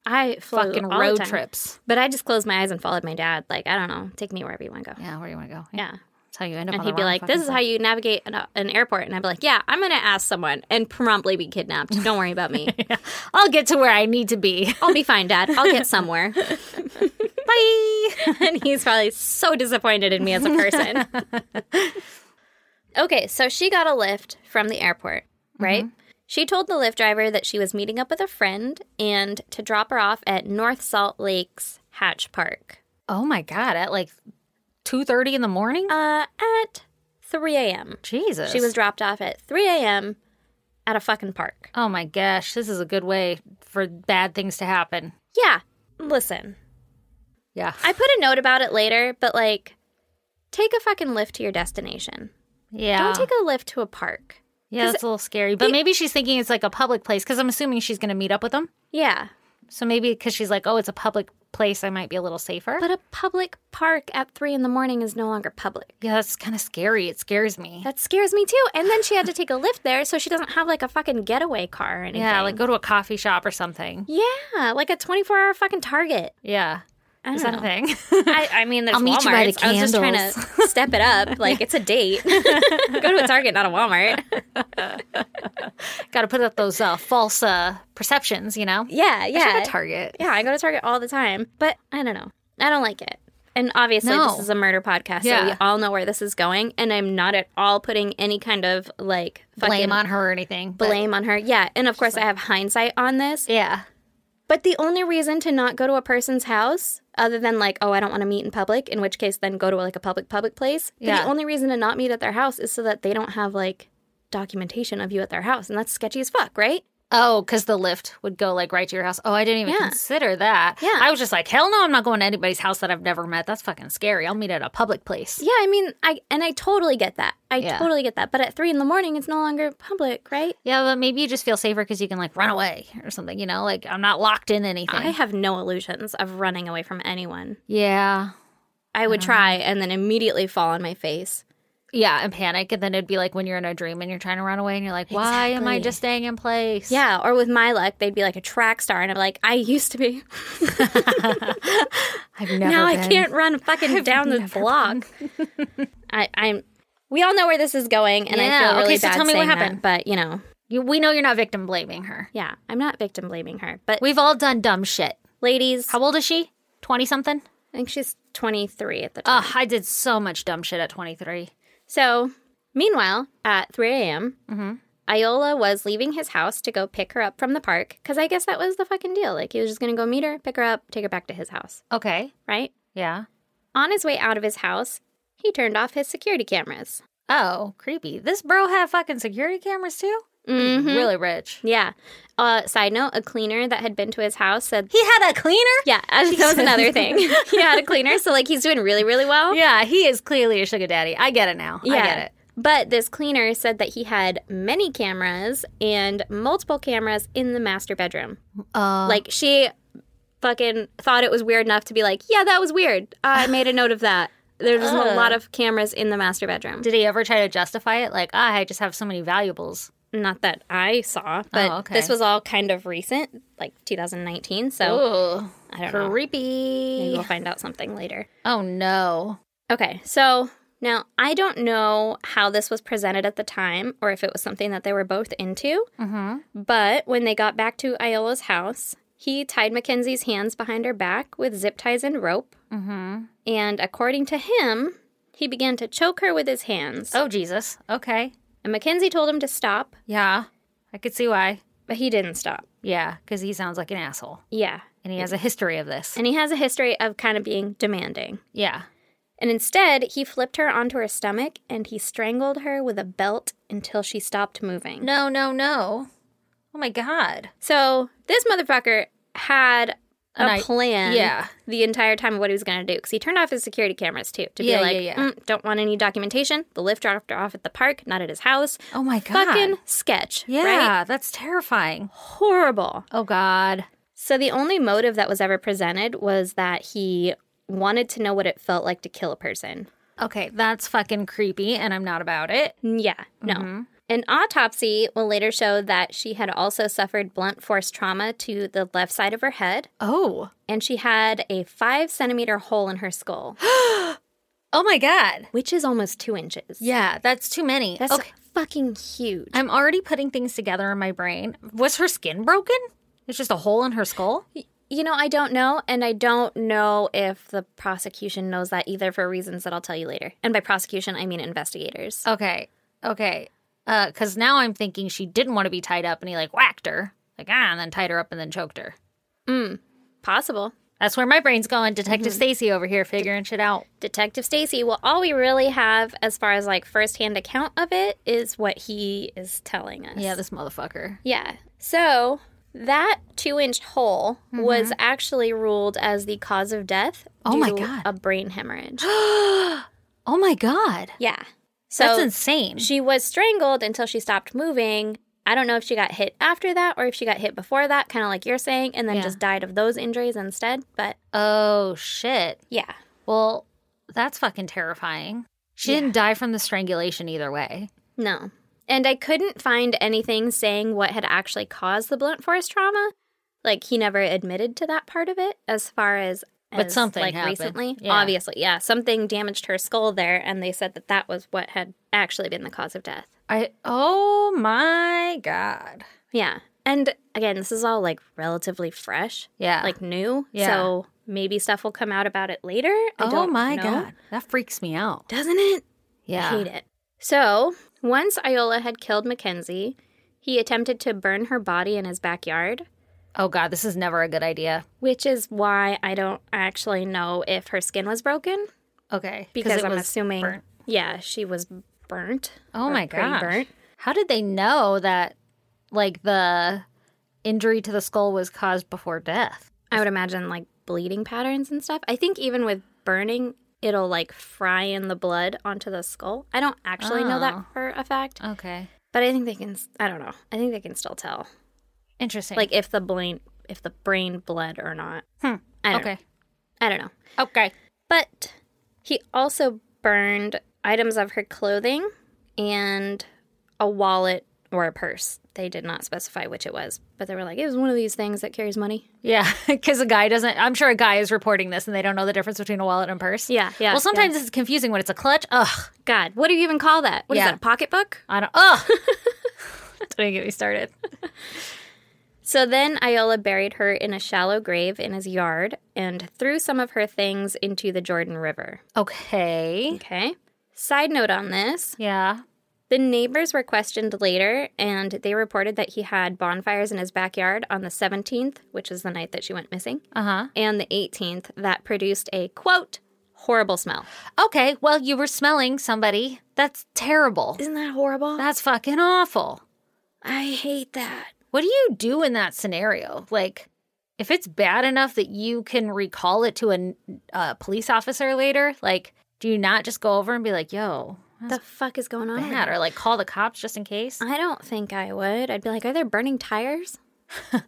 S1: I flew
S2: Fucking
S1: all the
S2: road
S1: time.
S2: trips.
S1: but I just closed my eyes and followed my dad. Like I don't know, take me wherever you want to go.
S2: Yeah. Where you want to go?
S1: Yeah,
S2: That's how you end up
S1: and
S2: on the
S1: he'd be
S2: wrong
S1: like,
S2: fucking
S1: "This is how you navigate an, an airport," and I'd be like, "Yeah, I'm gonna ask someone and promptly be kidnapped. Don't worry about me.
S2: side. I'll get to where I need to be.
S1: I'll be fine, Dad. I'll get somewhere."
S2: Bye.
S1: and he's probably so disappointed in me as a person. okay, so she got a lift from the airport, right? She told the lift driver that she was meeting up with a friend and to drop her off at North Salt Lake's Hatch Park
S2: Oh my God. At like 2.30 in the morning?
S1: uh, at 3 a.m.
S2: Jesus.
S1: She was dropped off at 3 a.m. at a fucking park.
S2: Oh my gosh. This is a good way for bad things to happen.
S1: Yeah, listen,
S2: Yeah.
S1: I put a note about it later, but like, take a fucking lift to your destination.
S2: Yeah.
S1: Don't take a lift to a park.
S2: Yeah, it's a little scary. But maybe she's thinking it's like a public place because I'm assuming she's going to meet up with them.
S1: Yeah,
S2: So maybe because she's like, oh, it's a public place, I might be a little safer.
S1: But a public park at three in the morning is no longer public.
S2: yeah, that's kind of scary. It scares me.
S1: That scares me too. And then she had to take a lift there, so she doesn't have like a fucking getaway car or anything.
S2: Yeah, like go to a coffee shop or something.
S1: yeah, like a twenty-four hour fucking Target.
S2: Yeah.
S1: I
S2: Is
S1: don't
S2: that
S1: know.
S2: a thing?
S1: I, I mean, there's
S2: I'll meet you by the
S1: Walmarts. I was just trying to step it up. Like it's a date. Go to a Target, not a Walmart.
S2: Got to put up those uh, false uh, perceptions, you know?
S1: Yeah,
S2: I should
S1: yeah,
S2: have Target.
S1: yeah. I go to Target all the time, but I don't know. I don't like it. And obviously,
S2: No.
S1: this is a murder podcast, so
S2: Yeah.
S1: we all know where this is going. And I'm not at all putting any kind of like fucking
S2: Blame on her or anything. but-
S1: blame on her. Yeah. And of course, I have hindsight on this.
S2: Yeah.
S1: But the only reason to not go to a person's house, other than like, oh, I don't want to meet in public, in which case then go to like a public, public place. But
S2: Yeah.
S1: The only reason to not meet at their house is so that they don't have like documentation of you at their house. And that's sketchy as fuck, right?
S2: Oh, because the lift would go like right to your house. Oh, I didn't even
S1: Yeah.
S2: consider that.
S1: Yeah.
S2: I was just like, hell no, I'm not going to anybody's house that I've never met. That's fucking scary. I'll meet at a public place.
S1: Yeah. I mean, I, and I totally get that. I
S2: Yeah.
S1: totally get that. But at three in the morning, it's no longer public, right?
S2: Yeah, but maybe you just feel safer because you can like run away or something. You know, like I'm not locked in anything.
S1: I have no illusions of running away from anyone.
S2: yeah,
S1: I would try and then immediately fall on my face.
S2: yeah, and panic, and then it'd be like when you're in a dream and you're trying to run away, and you're like, why am I
S1: Exactly.
S2: just staying in place?
S1: Yeah, or with my luck, they'd be like a track star, and I'm like, I used to be.
S2: I've never.
S1: now I
S2: been.
S1: can't run fucking down the block. I, I'm. We all know where this is going, and I
S2: Yeah,
S1: feel really
S2: okay, so
S1: bad
S2: tell me what
S1: saying that,
S2: happened.
S1: but you know,
S2: You, we know you're not victim blaming her.
S1: yeah, I'm not victim blaming her, but
S2: We've all done dumb shit.
S1: ladies,
S2: How old is she? Twenty something.
S1: I think she's 23 at the time.
S2: Ugh, I did so much dumb shit at 23.
S1: So, meanwhile, at 3 a.m., Iola was leaving his house to go pick her up from the park because I guess that was the fucking deal. Like, he was just going to go meet her, pick her up, take her back to his house,
S2: Okay.
S1: right?
S2: Yeah.
S1: On his way out of his house, he turned off his security cameras.
S2: Oh, creepy. This bro had fucking security cameras too? Really rich.
S1: Mm-hmm. Yeah. Uh, side note, a cleaner that had been to his house said,
S2: He had a cleaner?
S1: yeah, that was another thing. he had a cleaner, so like he's doing really, really well.
S2: Yeah, he is clearly a sugar daddy. I get it now. I get it.
S1: But this cleaner said that he had many cameras and multiple cameras in the master bedroom.
S2: Uh,
S1: Like she fucking thought it was weird enough to be like, yeah, that was weird. I made a note of that. There's a lot of cameras in the master bedroom.
S2: Did he ever try to justify it? Like, ah, I just have so many valuables.
S1: Not that I saw, but
S2: Oh, okay.
S1: this was all kind of recent, like 2019. So
S2: Oh,
S1: I don't know. Maybe
S2: creepy.
S1: we'll find out something later.
S2: Oh no.
S1: Okay, so now I don't know how this was presented at the time or if it was something that they were both into, but when they got back to Iola's house, he tied Mackenzie's hands behind her back with zip ties and rope. And according to him, he began to choke her with his hands.
S2: Oh Jesus. Okay.
S1: And Mackenzie told him to stop,
S2: Yeah, I could see why.
S1: but he didn't stop.
S2: Yeah, because he sounds like an asshole,
S1: Yeah.
S2: and he has a history of this.
S1: And he has a history of kind of being demanding.
S2: Yeah.
S1: And instead, he flipped her onto her stomach and he strangled her with a belt until she stopped moving.
S2: No, no, no. Oh my God.
S1: So this motherfucker had a
S2: An i-
S1: plan
S2: yeah.
S1: the entire time of what he was going to do because he turned off his security cameras too to be
S2: Yeah, yeah,
S1: like
S2: yeah.
S1: "Mm, don't want any documentation the lift dropped her off at the park not at his house
S2: Oh my God.
S1: fucking sketch
S2: Yeah,
S1: right
S2: that's terrifying.
S1: horrible
S2: Oh God.
S1: so the only motive that was ever presented was that he wanted to know what it felt like to kill a person
S2: Okay, that's fucking creepy, and I'm not about it.
S1: Yeah, no.
S2: Mm-hmm.
S1: An autopsy will later show that she had also suffered blunt force trauma to the left side of her head,
S2: Oh.
S1: and she had a five centimeter hole in her skull,
S2: Oh my God.
S1: which is almost two inches.
S2: Yeah, that's too many.
S1: That's
S2: okay.
S1: fucking huge.
S2: I'm already putting things together in my brain. Was her skin broken? It's just a hole in her skull?
S1: you know, I don't know, and I don't know if the prosecution knows that either for reasons that I'll tell you later. And by prosecution, I mean investigators.
S2: Okay. Okay. Uh, cause now I'm thinking she didn't want to be tied up and he like whacked her. Like, ah, and then tied her up and then choked her.
S1: Possible.
S2: That's where my brain's going. Detective Stacy over here figuring shit out.
S1: Detective Stacy. Well, all we really have as far as like firsthand account of it is what he is telling us.
S2: Yeah, this motherfucker.
S1: Yeah. So that two inch hole was actually ruled as the cause of death.
S2: Mm-hmm. Oh my
S1: due to
S2: God.
S1: A brain hemorrhage.
S2: Oh my god.
S1: yeah. So
S2: That's insane.
S1: she was strangled until she stopped moving. I don't know if she got hit after that or if she got hit before that, kind of like you're saying, and then
S2: Yeah.
S1: just died of those injuries instead. But
S2: oh shit.
S1: yeah.
S2: Well, that's fucking terrifying. She didn't die from the strangulation either way.
S1: No. And I couldn't find anything saying what had actually caused the blunt force trauma. Like he never admitted to that part of it as far as
S2: But
S1: as,
S2: something
S1: like
S2: happened.
S1: recently.
S2: Yeah.
S1: Obviously, yeah, something damaged her skull there and they said that that was what had actually been the cause of death.
S2: I oh my god.
S1: Yeah. And again, this is all like relatively fresh.
S2: Yeah.
S1: Like new.
S2: Yeah.
S1: So maybe stuff will come out about it later. I
S2: oh
S1: don't
S2: my
S1: know.
S2: god. That freaks me out.
S1: Doesn't it?
S2: Yeah.
S1: hate it. So, once Iola had killed Mackenzie, he attempted to burn her body in his backyard,
S2: Oh god, this is never a good idea.
S1: which is why I don't actually know if her skin was broken
S2: Okay.
S1: because
S2: it
S1: I'm
S2: was
S1: assuming
S2: burnt.
S1: yeah, she was burnt.
S2: Oh
S1: or
S2: my
S1: pretty
S2: gosh.
S1: Burnt.
S2: How did they know that like the injury to the skull was caused before death?
S1: I would imagine like bleeding patterns and stuff. I think even with burning, it'll like fry in the blood onto the skull. I don't actually know
S2: Oh.
S1: that for a fact,
S2: Okay.
S1: but I think they can s- I don't know. I think they can still tell.
S2: Interesting.
S1: Like if the brain if the brain bled or not.
S2: Hmm.
S1: I don't know.
S2: okay.
S1: I don't know.
S2: Okay.
S1: But he also burned items of her clothing and a wallet or a purse. They did not specify which it was, but they were like, it was one of these things that carries money.
S2: Yeah, because a guy doesn't. I'm sure a guy is reporting this, and they don't know the difference between a wallet and purse.
S1: Yeah, yeah,
S2: Well, sometimes it's confusing when it's a clutch. Ugh,
S1: God, what do you even call that? What is
S2: Yeah.
S1: that, a pocketbook?
S2: I don't. Ugh. don't even get me started.
S1: So then Iola buried her in a shallow grave in his yard and threw some of her things into the Jordan River.
S2: Okay.
S1: Okay. Side note on this
S2: Yeah.
S1: the neighbors were questioned later and they reported that he had bonfires in his backyard on the 17th, which is the night that she went missing,
S2: Uh huh.
S1: and the 18th that produced a quote, horrible smell.
S2: Okay. Well, you were smelling somebody. That's terrible.
S1: Isn't that horrible?
S2: That's fucking awful.
S1: I hate that.
S2: What do you do in that scenario? Like, if it's bad enough that you can recall it to a n- a police officer later, like, do you not just go over and be like, yo,
S1: The fuck is going on? over
S2: bad? Or like call the cops just in case?
S1: I don't think I would. I'd be like, are there burning tires?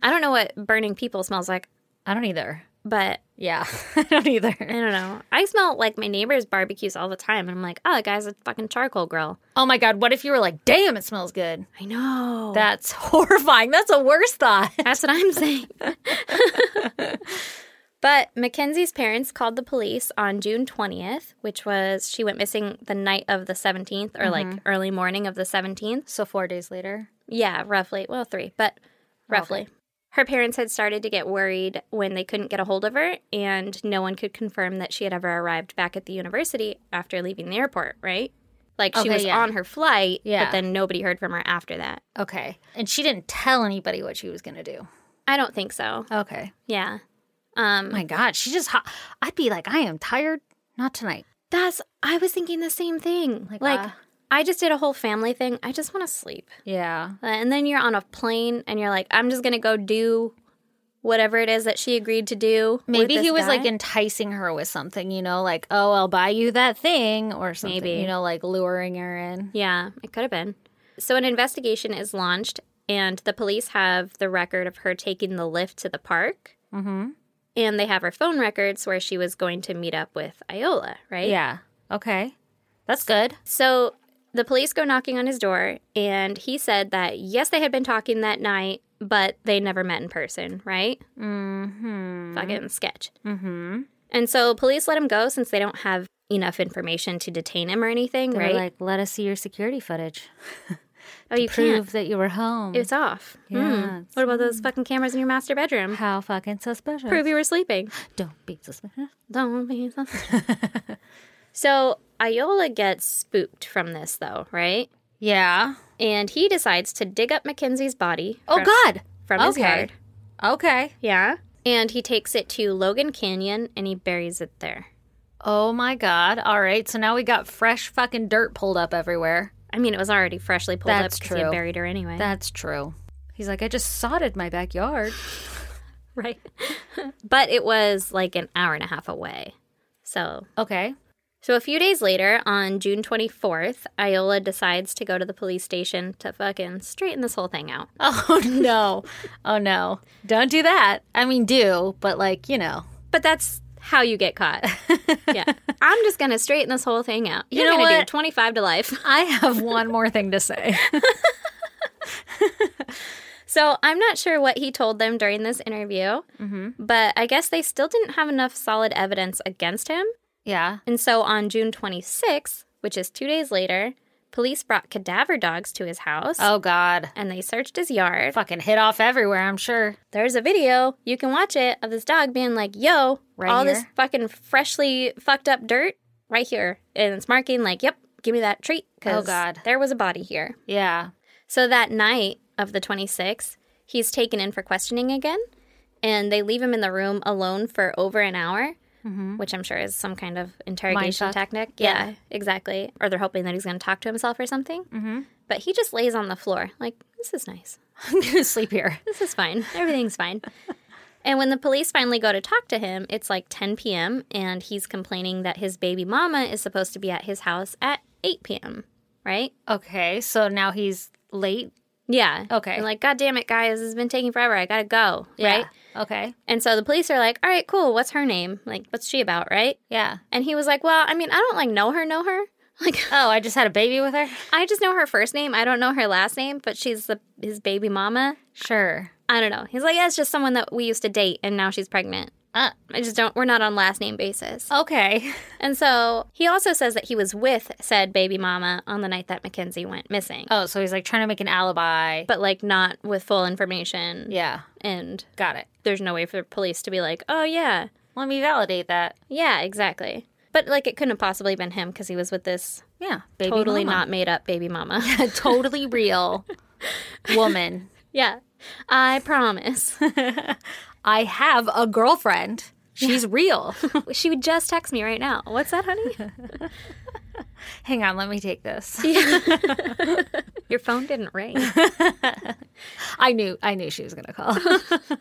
S1: I don't know what burning people smells like,
S2: I don't either.
S1: but
S2: Yeah. I don't
S1: I
S2: either.
S1: don't know. I smell like my neighbor's barbecues all the time, and I'm like, oh, the guy's a fucking charcoal grill.
S2: Oh my God. What if you were like, damn, it smells good?
S1: I know.
S2: That's horrifying. That's a worse thought.
S1: That's what I'm saying. but Mackenzie's parents called the police on June 20th, which was she went missing the night of the 17th or like
S2: Mm-hmm.
S1: early morning of the 17th.
S2: So, four days later.
S1: Yeah, roughly. Well, three, but roughly. Her parents had started to get worried when they couldn't get a hold of her, and no one could confirm that she had ever arrived back at the university after leaving the airport, right? Like she
S2: Okay,
S1: was
S2: yeah.
S1: on her flight,
S2: Yeah.
S1: but then nobody heard from her after that.
S2: Okay. And she didn't tell anybody what she was going to do.
S1: I don't think so.
S2: Okay.
S1: Yeah. Um
S2: My God. She just, ho- I'd be like, I am tired. Not tonight.
S1: that's I was thinking the same thing.
S2: Like,
S1: Like,
S2: uh,
S1: I just did a whole family thing. I just want to sleep. Uh,
S2: Yeah.
S1: And then you're on a plane and you're like, I'm just going to go do whatever it is that she agreed to do. with
S2: Maybe he
S1: this
S2: was
S1: guy.
S2: like enticing her with something, you know, like, oh, I'll buy you that thing or something,
S1: Maybe.
S2: you know, like luring her in.
S1: Yeah, it could have been. So an investigation is launched, and the police have the record of her taking the lift to the park,
S2: Mm-hmm.
S1: and they have her phone records where she was going to meet up with Iola, right?
S2: Yeah. Okay. That's good.
S1: So the police go knocking on his door, and he said that yes, they had been talking that night, but they never met in person, right?
S2: Mm-hmm.
S1: Fucking sketch.
S2: Mm-hmm.
S1: And so police let him go since they don't have enough information to detain him or anything,
S2: They
S1: right?
S2: were like, let us see your security footage.
S1: oh, you
S2: Prove
S1: can't.
S2: that you were home.
S1: It's off. Hmm.
S2: Yeah, it's-
S1: What about those fucking cameras in your master bedroom?
S2: How fucking suspicious.
S1: prove you were sleeping.
S2: Don't be suspicious.
S1: Don't be so Iola gets spooked from this, though, right?
S2: Yeah.
S1: And he decides to dig up Mackenzie's body.
S2: Oh,
S1: from,
S2: God.
S1: From his
S2: Okay.
S1: yard.
S2: Okay.
S1: Yeah. And he takes it to Logan Canyon and he buries it there.
S2: Oh, my God. All right. So now we got fresh fucking dirt pulled up everywhere.
S1: I mean, it was already freshly pulled
S2: That's
S1: up because he had
S2: true.
S1: buried her anyway.
S2: That's true. He's like, I just sodded my backyard.
S1: right. but it was like an hour and a half away. So
S2: Okay.
S1: So a few days later, on June 24th, Iola decides to go to the police station to fucking straighten this whole thing out. Uh,
S2: Oh no. Oh no. Don't do that. I mean do, but like, you know.
S1: But that's how you get caught. yeah. I'm just going to straighten this whole thing out.
S2: You
S1: You're
S2: know
S1: going to do
S2: what?
S1: 25 to life.
S2: I have one more thing to say.
S1: So I'm not sure what he told them during this interview,
S2: Mm-hmm.
S1: but I guess they still didn't have enough solid evidence against him.
S2: Yeah.
S1: And so on June 26th, which is two days later, police brought cadaver dogs to his house
S2: Oh god.
S1: and they searched his yard.
S2: Fucking hit off everywhere, I'm sure.
S1: there's a video you can watch it of this dog being like yo
S2: Right
S1: all
S2: here?
S1: this fucking freshly fucked up dirt right here and it's marking like yep give me that treat because
S2: Oh, God.
S1: there was a body here
S2: Yeah.
S1: so that night of the 26th he's taken in for questioning again and they leave him in the room alone for over an hour Which I'm sure is some kind of interrogation
S2: fuck.
S1: tactic. Mm-hmm. Yeah, exactly. Or they're hoping that he's going to talk to himself or something. Mm-hmm. But he just lays on the floor, like, this is nice
S2: I'm gonna sleep here.
S1: this is fine. Everything's fine. And when the police finally go to talk to him, it's like 10 p.m., and he's complaining that his baby mama is supposed to be at his house at 8 p.m., right?
S2: Okay, so now he's late.
S1: Yeah.
S2: Okay.
S1: And like, God damn it, guys, this has been taking forever. I gotta go, right?
S2: Yeah. Okay.
S1: And so the police are like, all right, cool. What's her name? Like, what's she about, right?
S2: Yeah.
S1: And he was like, well, I mean, I don't like know her, know her. Like,
S2: Oh, I just had a baby with her?
S1: I just know her first name. I don't know her last name, but she's the, his baby mama.
S2: Sure.
S1: I don't know. He's like, yeah, it's just someone that we used to date, and now she's pregnant.
S2: Uh,
S1: I just don't, we're not on last name basis.
S2: okay.
S1: And so he also says that he was with said baby mama on the night that Mackenzie went missing,
S2: Oh, so he's like trying to make an alibi.
S1: but like not with full information.
S2: yeah,
S1: And
S2: got it.
S1: there's no way for police to be like, oh, yeah,
S2: Let me validate that.
S1: yeah, exactly. But like it couldn't have possibly been him because he was with this
S2: Yeah, baby
S1: totally
S2: mama.
S1: not made up baby mama.
S2: a totally real woman.
S1: yeah. I promise.
S2: I have a girlfriend. She's real.
S1: she would just text me right now. What's that, honey?
S2: Hang on, let me take this.
S1: Your phone didn't ring.
S2: I knew I knew she was gonna call.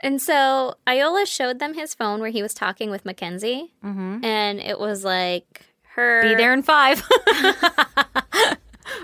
S1: And so Iola showed them his phone where he was talking with Mackenzie, and it was like her
S2: Be there in five.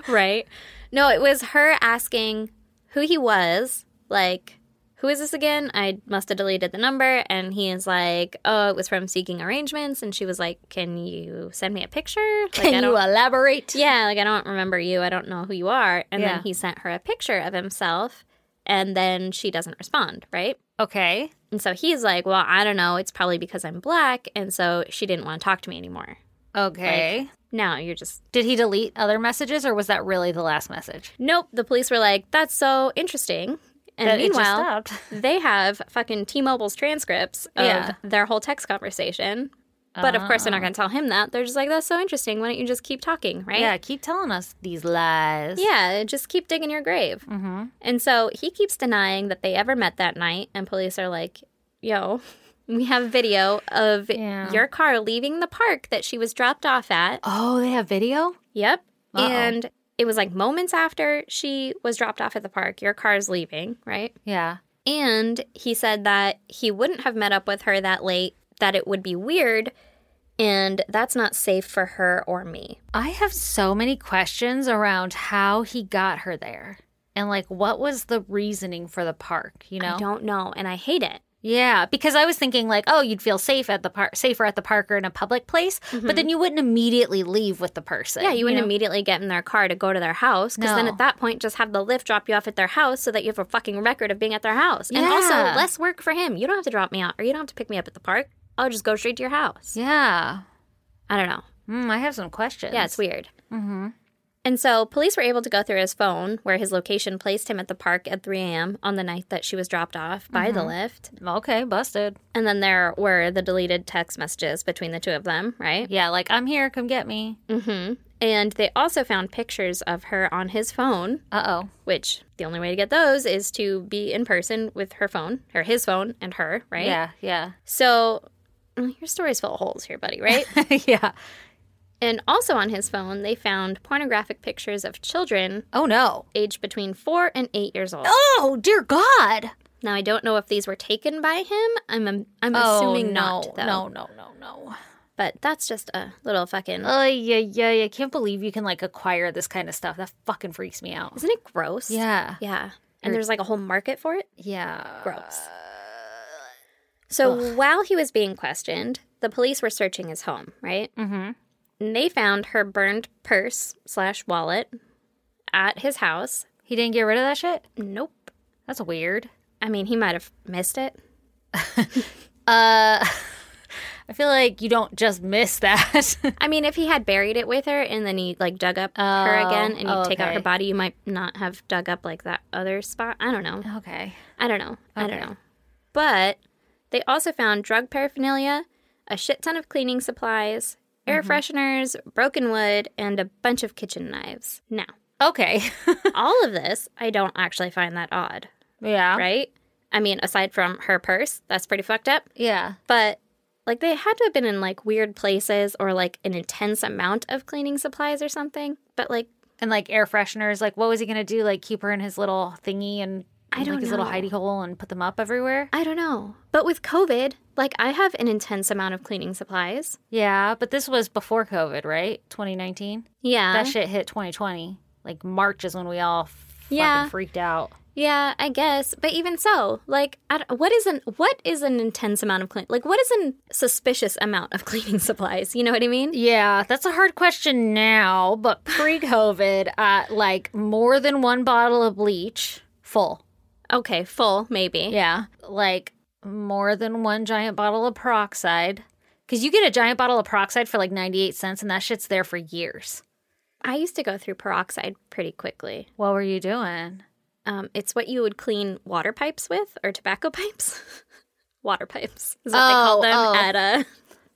S1: right? No, it was her asking who he was, like, who is this again? I must have deleted the number. And he is like, oh, it was from Seeking Arrangements. And she was like, can you send me a picture? like, I
S2: Can you
S1: don't,
S2: elaborate?
S1: yeah, like, I don't remember you. I don't know who you are. And
S2: Yeah.
S1: then he sent her a picture of himself, and then she doesn't respond, right?
S2: Okay.
S1: And so he's like, well, I don't know. It's probably because I'm black. And so she didn't want to talk to me anymore.
S2: Okay.
S1: Now you're just
S2: Did he delete other messages or was that really the last message?
S1: Nope. The police were like, that's so interesting. And
S2: That it just
S1: meanwhile,
S2: stopped.
S1: they have fucking T Mobile's transcripts of
S2: Yeah. Ah.
S1: their whole text conversation. But of course, they're not going to tell him that. They're just like, that's so interesting. Why don't you just keep talking, right?
S2: Yeah, keep telling us these lies.
S1: Yeah, just keep digging your grave. Mm-hmm. And so he keeps denying that they ever met that night. And police are like, yo, we have video of
S2: Yeah.
S1: your car leaving the park that she was dropped off at.
S2: Oh, they have video?
S1: Yep.
S2: Uh-oh.
S1: And it was like moments after she was dropped off at the park. Your car's leaving, right?
S2: Yeah.
S1: And he said that he wouldn't have met up with her that late, that it would be weird, and that's not safe for her or me.
S2: I have so many questions around how he got her there. And like what was the reasoning for the park, you know?
S1: I don't know, and I hate it.
S2: Yeah, because I was thinking like, oh, you'd feel safe at the park, safer at the park or in a public place, but then you wouldn't immediately leave with the person.
S1: Mm-hmm. Yeah, you wouldn't
S2: know?
S1: immediately get in their car to go to their house because then
S2: No.
S1: at that point, just have the Lyft drop you off at their house so that you have a fucking record of being at their house. And also,
S2: Yeah.
S1: less work for him. You don't have to drop me out or you don't have to pick me up at the park. I'll just go straight to your house.
S2: Yeah.
S1: I don't know.
S2: Mm, I have some questions.
S1: Yeah, it's weird. Mm-hmm. And so police were able to go through his phone, where his location placed him at the park at 3 a.m. on the night that she was dropped off by the lift.
S2: Okay, busted.
S1: And then there were the deleted text messages between the two of them, right?
S2: Yeah, like I'm here, come get me.
S1: Mm-hmm. And they also found pictures of her on his phone,
S2: Uh oh.
S1: which the only way to get those is to be in person with her phone, or his phone, and her, right?
S2: Yeah, yeah,
S1: So mm, your story's full of holes here, buddy, right?
S2: yeah.
S1: and also on his phone, they found pornographic pictures of children
S2: Oh no.
S1: aged between four and eight years old.
S2: Oh dear God.
S1: Now I don't know if these were taken by him. I'm I'm, I'm assuming not though.
S2: Oh, no, no, no, no.
S1: But that's just a little fucking.
S2: Oh yeah, yeah. I can't believe you can like acquire this kind of stuff. That fucking freaks me out.
S1: Isn't it gross?
S2: Yeah, Uh,
S1: Yeah. And there's like a whole market for it.
S2: yeah.
S1: Gross. So while he was being questioned, the police were searching his home, right? Mm-hmm. And they found her burned purse slash wallet at his house.
S2: He didn't get rid of that shit.
S1: Mm. Nope.
S2: That's weird.
S1: I mean, he might have missed it.
S2: Uh, I feel like you don't just miss that.
S1: I mean, if he had buried it with her and then he like dug up her
S2: Oh,
S1: again and you
S2: oh,
S1: take out
S2: okay.
S1: her body, you might not have dug up like that other spot. I don't know.
S2: okay.
S1: I don't know. I don't
S2: Oh. Okay.
S1: know. But they also found drug paraphernalia, a shit ton of cleaning supplies, air
S2: Mm-hmm.
S1: fresheners, broken wood, and a bunch of kitchen knives. Now,
S2: Okay.
S1: all of this, I don't actually find that odd,
S2: yeah.
S1: right? I mean, aside from her purse, that's pretty fucked up.
S2: Yeah.
S1: But like they had to have been in like weird places or like an intense amount of cleaning supplies or something. But like
S2: And like air fresheners. Like, what was he gonna do? Like, keep her in his little thingy and
S1: I
S2: like,
S1: don't
S2: his little
S1: know.
S2: hidey hole and put them up everywhere.
S1: I don't know. But with COVID, like I have an intense amount of cleaning supplies.
S2: Yeah, but this was before COVID, right? 2019.
S1: Yeah.
S2: That shit hit 2020. Like March is when we all fucking
S1: Yeah.
S2: freaked out.
S1: Yeah, I guess. But even so, like, I don't- what is an what is an intense amount of clean? Like, what is an suspicious amount of cleaning supplies? You know what I mean?
S2: Yeah, that's a hard question now, but pre-COVID, uh, like more than one bottle of bleach full.
S1: Okay, full maybe.
S2: Yeah, like more than one giant bottle of peroxide. Because you get a giant bottle of peroxide for like 98 cents, and that shit's there for years.
S1: I used to go through peroxide pretty quickly.
S2: What were you doing?
S1: Um, it's what you would clean water pipes with or tobacco pipes. water pipes is what
S2: Oh,
S1: they call
S2: oh.
S1: them at uh,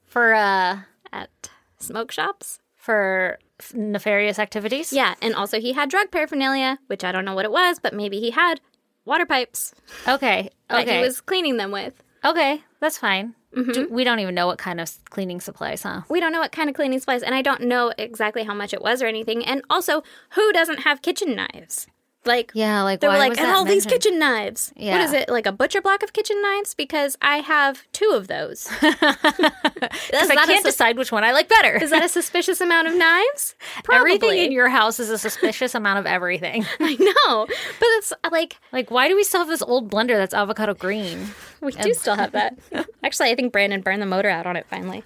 S2: For, uh,
S1: at smoke shops.
S2: for f- nefarious activities?
S1: Yeah, and also he had drug paraphernalia, which I don't know what it was, but maybe he had water pipes
S2: Okay.
S1: that
S2: Okay.
S1: Uh, he was Mm-hmm. cleaning them with.
S2: okay. That's fine. Do- we don't even know what kind of s- cleaning supplies, huh?
S1: We don't know what kind of cleaning supplies, and I don't know exactly how much it was or anything. And also, who doesn't have kitchen knives? Like,
S2: Yeah, like
S1: they
S2: why
S1: were like,
S2: was
S1: and
S2: that
S1: all these
S2: mentioned?
S1: kitchen knives.
S2: Yeah.
S1: What is it, like a butcher block of kitchen knives? Because I have two of those.
S2: Because I
S1: not a
S2: can't
S1: sus-
S2: decide which one I like better.
S1: Is that a suspicious amount of knives? Probably.
S2: everything in your house is a suspicious amount of everything.
S1: I know, but it's like
S2: Like, why do we still have this old blender that's avocado green?
S1: we do still have that. Actually, I think Brandon burned the motor out on it finally.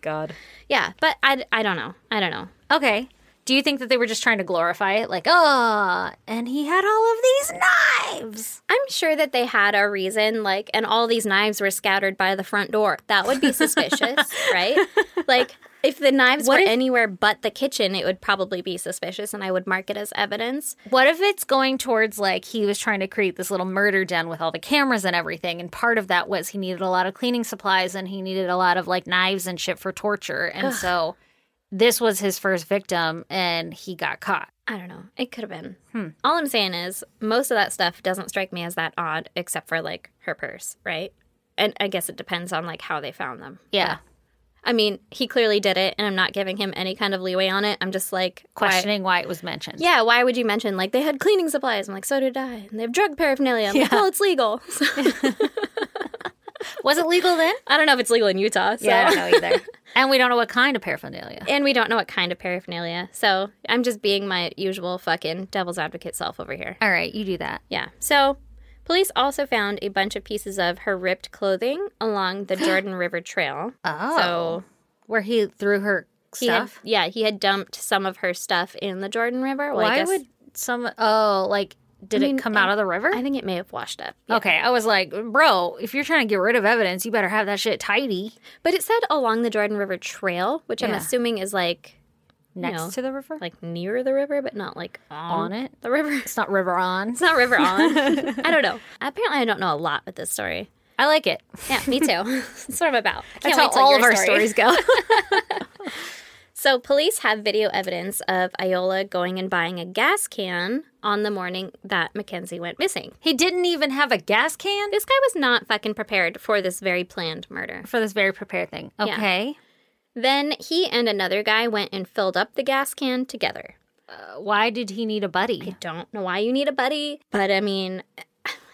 S2: God.
S1: Yeah, but I, I don't know. I don't know.
S2: Okay. Do you think that they were just trying to glorify it? Like, oh, and he had all of these knives.
S1: I'm sure that they had a reason, like, and all these knives were scattered by the front door. That would be suspicious, right? Like, if the knives
S2: What
S1: were
S2: if-
S1: anywhere but the kitchen, it would probably be suspicious, and I would mark it as evidence.
S2: What if it's going towards like he was trying to create this little murder den with all the cameras and everything? And part of that was he needed a lot of cleaning supplies and he needed a lot of like knives and shit for torture. And so this was his first victim and he got caught.
S1: I don't know. It could have been.
S2: Hmm.
S1: All I'm saying is, most of that stuff doesn't strike me as that odd, except for like her purse, right? And I guess it depends on like how they found them.
S2: Yeah.
S1: I mean, he clearly did it, and I'm not giving him any kind of leeway on it. I'm just like why-
S2: Questioning why it was mentioned.
S1: Yeah, why would you mention like they had cleaning supplies? I'm like, so did I. And they have drug paraphernalia. I'm like, well, it's legal. So-
S2: Was it legal then?
S1: I don't know if it's legal in Utah. So.
S2: Yeah, I don't know either. and we don't know what kind of paraphernalia.
S1: And we don't know what kind of paraphernalia. So I'm just being my usual fucking devil's advocate self over here.
S2: All right, you do that.
S1: Yeah. So police also found a bunch of pieces of her ripped clothing along the Jordan River Trail.
S2: Oh. Where he threw her
S1: He had,
S2: stuff?
S1: yeah, he had dumped some of her stuff in the Jordan River. Well, I
S2: Why
S1: guess-
S2: would some oh, like did
S1: I mean,
S2: it come out of the river?
S1: I think it may have washed up. Yeah.
S2: Okay, I was like, bro, if you're trying to get rid of evidence, you better have that shit tidy
S1: But it said along the Jordan River Trail, which I'm
S2: Yeah.
S1: assuming is like
S2: next
S1: No.
S2: to the river.
S1: like near the river, but not like on,
S2: on it.
S1: the river.
S2: It's not river on.
S1: It's not river on. I don't know. Apparently, I don't know a lot with this story.
S2: I like it.
S1: Yeah, me too. That's what I'm about.
S2: That's
S1: Can't
S2: how
S1: wait till
S2: all
S1: your
S2: of our
S1: story.
S2: stories go.
S1: So, police have video evidence of Iola going and buying a gas can on the morning that Mackenzie went missing.
S2: he didn't even have a gas can
S1: This guy was not fucking prepared for this very planned murder.
S2: for this very prepared thing. Okay.
S1: Then he and another guy went and filled up the gas can together.
S2: Uh, why did he need a buddy?
S1: don't know why you need a buddy, but I mean,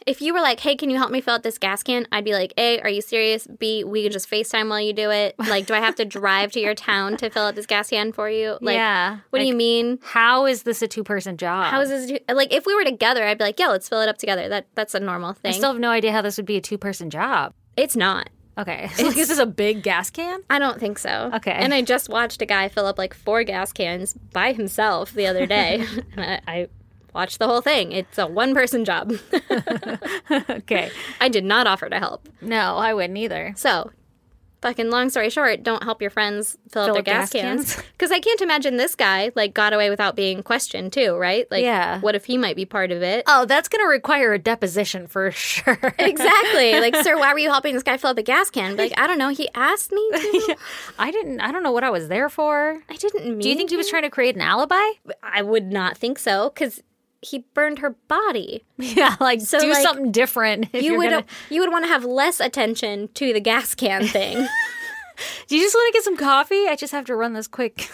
S1: if you were like, "Hey, can you help me fill out this gas can?" I'd be like, "A, are you serious? B, we can just FaceTime while you do it. Like, do I have to drive to your town to fill out this gas can for you? Like,
S2: yeah.
S1: what do you mean?
S2: How is this a two person job?
S1: How is this like? If we were together, I'd be like, "Yeah, let's fill it up together." That that's a normal
S2: I
S1: thing.
S2: still have no idea how this would be a two person job.
S1: it's not.
S2: Okay. Like, this is a big gas can?
S1: I don't think so.
S2: Okay.
S1: And I just watched a guy fill up like four gas cans by himself the other day, and I, I watched the whole thing. It's a one person job.
S2: Okay.
S1: I did not offer to help.
S2: No, I wouldn't either.
S1: So, fucking long story short, don't help your friends fill,
S2: Fill
S1: up their
S2: up
S1: gas,
S2: gas
S1: cans.
S2: cans.
S1: Because I can't imagine this guy like got away without being questioned too, right? Like,
S2: Yeah.
S1: what if he might be part of it?
S2: Oh, that's going to require a deposition for sure.
S1: exactly. Like, sir, why were you helping this guy fill up a gas can? Be Like, I don't know. He asked me. To.
S2: I didn't, I don't know what I was there for.
S1: I didn't mean.
S2: Do you think he was trying to create an alibi?
S1: I would not think so because he burned her body.
S2: Yeah, like
S1: So,
S2: do
S1: like,
S2: something different. If
S1: You
S2: you
S1: would. uh,
S2: Gonna,
S1: You would want to have less attention to the gas can thing.
S2: do you just want to get some coffee? I just have to run this quick.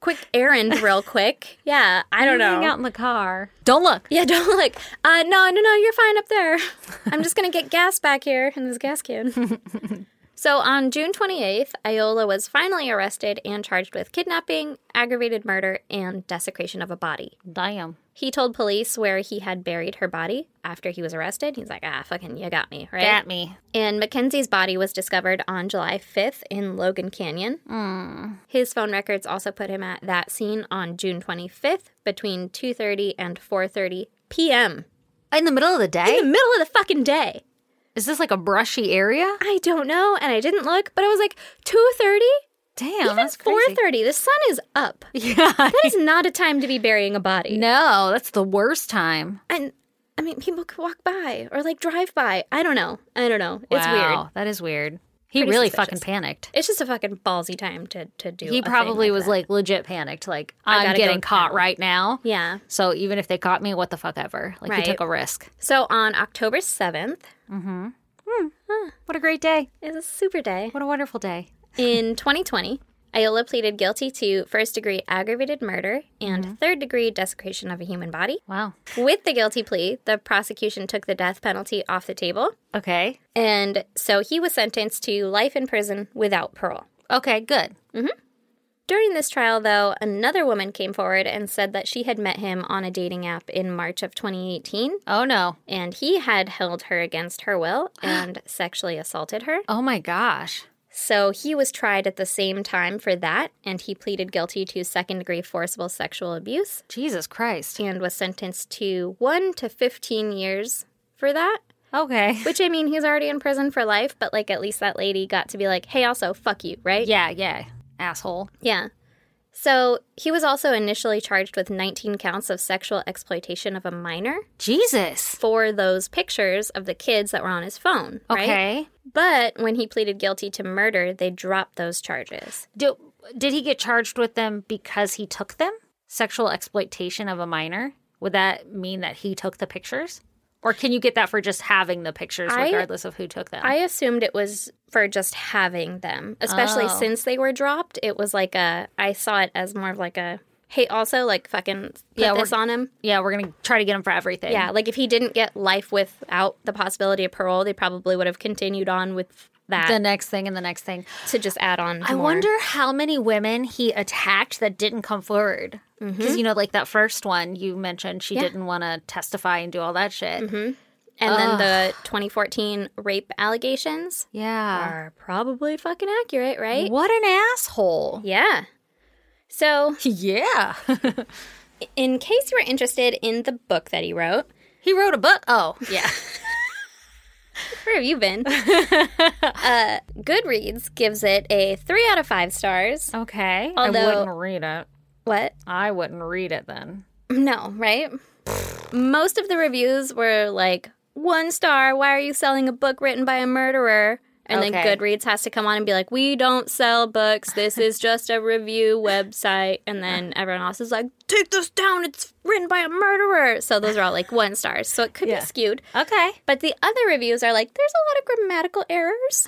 S1: quick errand, real quick. Yeah, I don't know.
S2: Hang out in the car. Don't look.
S1: Yeah, don't look. Uh, no, no, no, you're fine up there. I'm just going to get gas back here in this gas can. so on June 28th, Iola was finally arrested and charged with kidnapping, aggravated murder, and desecration of a body.
S2: Damn.
S1: He told police where he had buried her body after he was arrested. He's like, ah, fucking, you got me, right?
S2: At me.
S1: And Mackenzie's body was discovered on July 5th in Logan Canyon. His phone records also put him at that scene on June 25th between 2:30 and 4:30 p.m.
S2: In the middle of the day?
S1: In the middle of the fucking day.
S2: Is this like a brushy area?
S1: I don't know, and I didn't look, but I was like two thirty,
S2: Damn,
S1: even
S2: that's
S1: four
S2: crazy.
S1: thirty. The sun is up.
S2: Yeah.
S1: That is not a time to be burying a body.
S2: no, that's the worst time.
S1: And I mean, people could walk by or like drive by. I don't know. I don't know. It's
S2: wow,
S1: weird.
S2: That is weird. He
S1: Pretty
S2: really
S1: suspicious.
S2: fucking panicked.
S1: It's just a fucking ballsy time to to do.
S2: He
S1: a thing
S2: probably
S1: like
S2: was
S1: that.
S2: like legit panicked. Like
S1: I
S2: I'm
S1: gotta
S2: getting
S1: go
S2: caught
S1: now."
S2: right now.
S1: yeah.
S2: So even if they caught me, what the fuck ever. Like
S1: Right.
S2: he took a risk.
S1: So on October seventh
S2: What a great day.
S1: is a super day.
S2: What a wonderful day.
S1: In 2020, Ayola pleaded guilty to first degree aggravated murder and third degree desecration of a human body.
S2: Wow.
S1: With the guilty plea, the prosecution took the death penalty off the table.
S2: Okay.
S1: And so he was sentenced to life in prison without parole.
S2: Okay. Good.
S1: During this trial, though, another woman came forward and said that she had met him on a dating app in March of 2018,
S2: Oh no.
S1: and he had held her against her will and sexually assaulted her.
S2: Oh my gosh.
S1: So he was tried at the same time for that, and he pleaded guilty to second degree forcible sexual abuse
S2: Jesus Christ.
S1: and was sentenced to 1 to 15 years for that.
S2: Okay.
S1: Which, I mean, he's already in prison for life, but like at least that lady got to be like, hey, also, fuck you, right?
S2: Yeah. Yeah. Asshole.
S1: Yeah. So he was also initially charged with 19 counts of sexual exploitation of a minor
S2: Jesus.
S1: for those pictures of the kids that were on his phone, right?
S2: Okay.
S1: But when he pleaded guilty to murder, they dropped those charges.
S2: Do, did he get charged with them because he took them? Sexual exploitation of a minor? Would that mean that he took the pictures? Or can you get that for just having the pictures,
S1: I-
S2: regardless of who took them?
S1: I assumed it was for just having them, especially
S2: Oh.
S1: since they were dropped. It was like a, I saw it as more of like a, hey, also, like fucking put
S2: Yeah, we're-
S1: this on him.
S2: yeah, we're going to try to get him for everything.
S1: Yeah, like if he didn't get life without the possibility of parole, they probably would have continued on with that
S2: The next thing and the next thing.
S1: to just add on.
S2: I
S1: more.
S2: wonder how many women he attacked that didn't come forward. Because, you know, like that first one you mentioned, she didn't want to testify and do all that shit.
S1: And then the 2014 rape allegations
S2: Yeah.
S1: are probably fucking accurate, right?
S2: What an asshole.
S1: Yeah. So,
S2: Yeah.
S1: in case you were interested in the book that he wrote,
S2: he wrote a book. Oh,
S1: yeah. Where have you been? uh, Goodreads gives it a three out of five stars.
S2: Okay. I
S1: Although-
S2: wouldn't read it.
S1: What?
S2: I wouldn't read it then.
S1: No, right? Most of the reviews were like, one star, why are you selling a book written by a murderer? And then
S2: Okay.
S1: Goodreads has to come on and be like, we don't sell books. This is just a review website. And then everyone else is like, take this down. It's written by a murderer. So those are all like one stars. So it could
S2: Yeah.
S1: be skewed.
S2: Okay.
S1: But the other reviews are like, there's a lot of grammatical errors.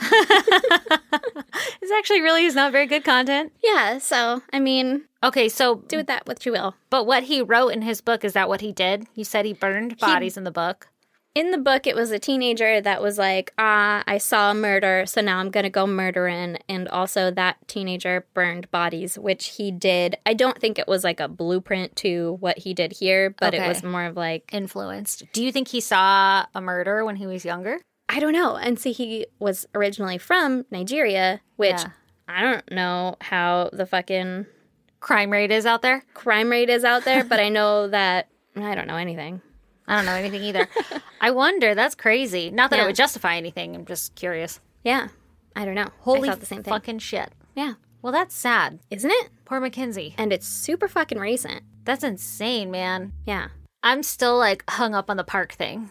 S2: This actually really is not very good content.
S1: yeah. So, I mean,
S2: Okay, so
S1: do with that what you will.
S2: but what he wrote in his book is that what he did? You said he burned bodies in the book.
S1: in the book, it was a teenager that was like, ah, I saw a murder, so now I'm going to go murdering. And also, that teenager burned bodies, which he did. I don't think it was like a blueprint to what he did here, but
S2: Okay.
S1: it was more of like,
S2: Influenced. Do you think he saw a murder when he was younger?
S1: I don't know. And see, he was originally from Nigeria, which
S2: Yeah.
S1: I don't know how the fucking
S2: Crime rate is out there.
S1: crime rate is out there, but I know that I don't know anything.
S2: I don't know anything either. I wonder. That's crazy. Not that it
S1: Yeah.
S2: would justify anything. I'm just curious.
S1: Yeah. I don't know.
S2: Holy
S1: I thought the same thing.
S2: fucking shit.
S1: Yeah.
S2: Well, that's sad.
S1: Isn't it?
S2: Poor Mackenzie.
S1: And it's super fucking recent.
S2: That's insane, man.
S1: Yeah.
S2: I'm still like hung up on the park thing.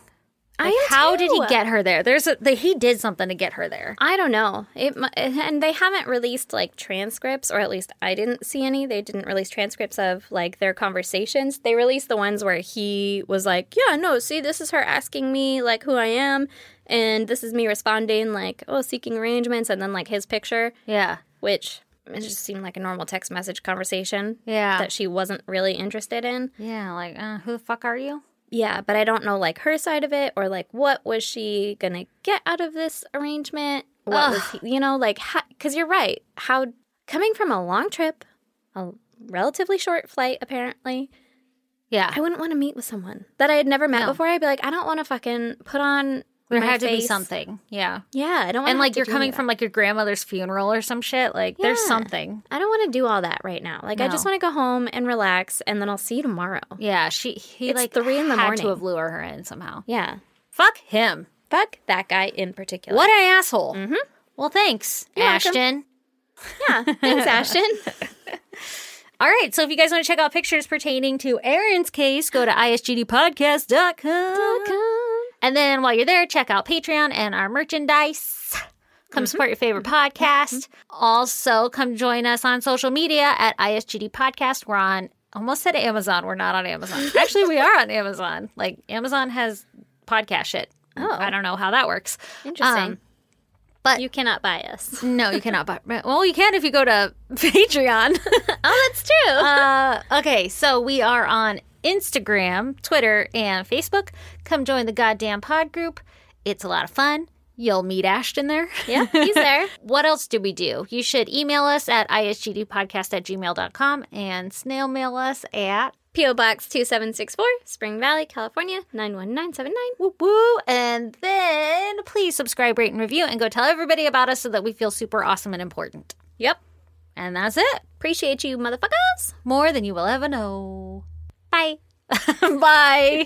S1: I
S2: Like,
S1: am
S2: how did he
S1: too.
S2: get her there? There's a the, he did something to get her there.
S1: I don't know. It mu- and they haven't released like transcripts, or at least I didn't see any. They didn't release transcripts of like their conversations. They released the ones where he was like, "Yeah, no, see, this is her asking me like who I am, and this is me responding like, oh, seeking arrangements," and then like his picture,
S2: Yeah.
S1: which it just seemed like a normal text message conversation
S2: Yeah.
S1: that she wasn't really interested in.
S2: yeah, like uh, who the fuck are you?
S1: Yeah, but I don't know like her side of it or like what was she gonna get out of this arrangement? What was he, you know like because you're right. How coming from a long trip, a relatively short flight apparently,
S2: Yeah.
S1: I wouldn't want to meet with someone that I had never met before. I'd be like, I don't want to fucking put on.
S2: there
S1: my
S2: had to be
S1: face.
S2: something. Yeah.
S1: Yeah, I don't. wanna have
S2: And like
S1: to
S2: you're
S1: do
S2: coming
S1: that.
S2: from like your grandmother's funeral or some shit. Like there's
S1: Yeah.
S2: something.
S1: I don't want to do all that right now. Like I
S2: No.
S1: just want to go home and relax, and then I'll see you tomorrow.
S2: Yeah. She he
S1: It's
S2: like
S1: three in the
S2: had
S1: morning.
S2: to have lured her in somehow.
S1: Yeah.
S2: Fuck him.
S1: Fuck that guy in particular.
S2: What an asshole. Well, thanks,
S1: Mm-hmm. welcome.
S2: Ashton.
S1: Yeah. Thanks, Ashton.
S2: All right, so if you guys want to check out pictures pertaining to Aaron's case, go to isgdpodcast.com. And then while you're there, check out Patreon and our merchandise. Come support your favorite podcast. Also, come join us on social media at ISGD Podcast. We're on, almost said Amazon. We're not on Amazon. Actually, we are on Amazon. Like, Amazon has podcast shit. Oh. I don't know how that works.
S1: Interesting.
S2: Um,
S1: but you cannot buy us.
S2: No, you cannot buy. Well, you can if you go to Patreon.
S1: Oh, that's true.
S2: uh, okay, so we are on Instagram, Twitter, and Facebook. Come join the goddamn pod group. It's a lot of fun. You'll meet Ashton there.
S1: yeah, he's there.
S2: What else do we do? You should email us at isgdpodcast at gmail.com and snail mail us at
S1: P.O. Box 2764, Spring Valley, California, 91979.
S2: woo woo. And then please subscribe, rate, and review and go tell everybody about us so that we feel super awesome and important.
S1: Yep.
S2: And that's it.
S1: Appreciate you, motherfuckers.
S2: More than you will ever know.
S1: Bye.
S2: Bye.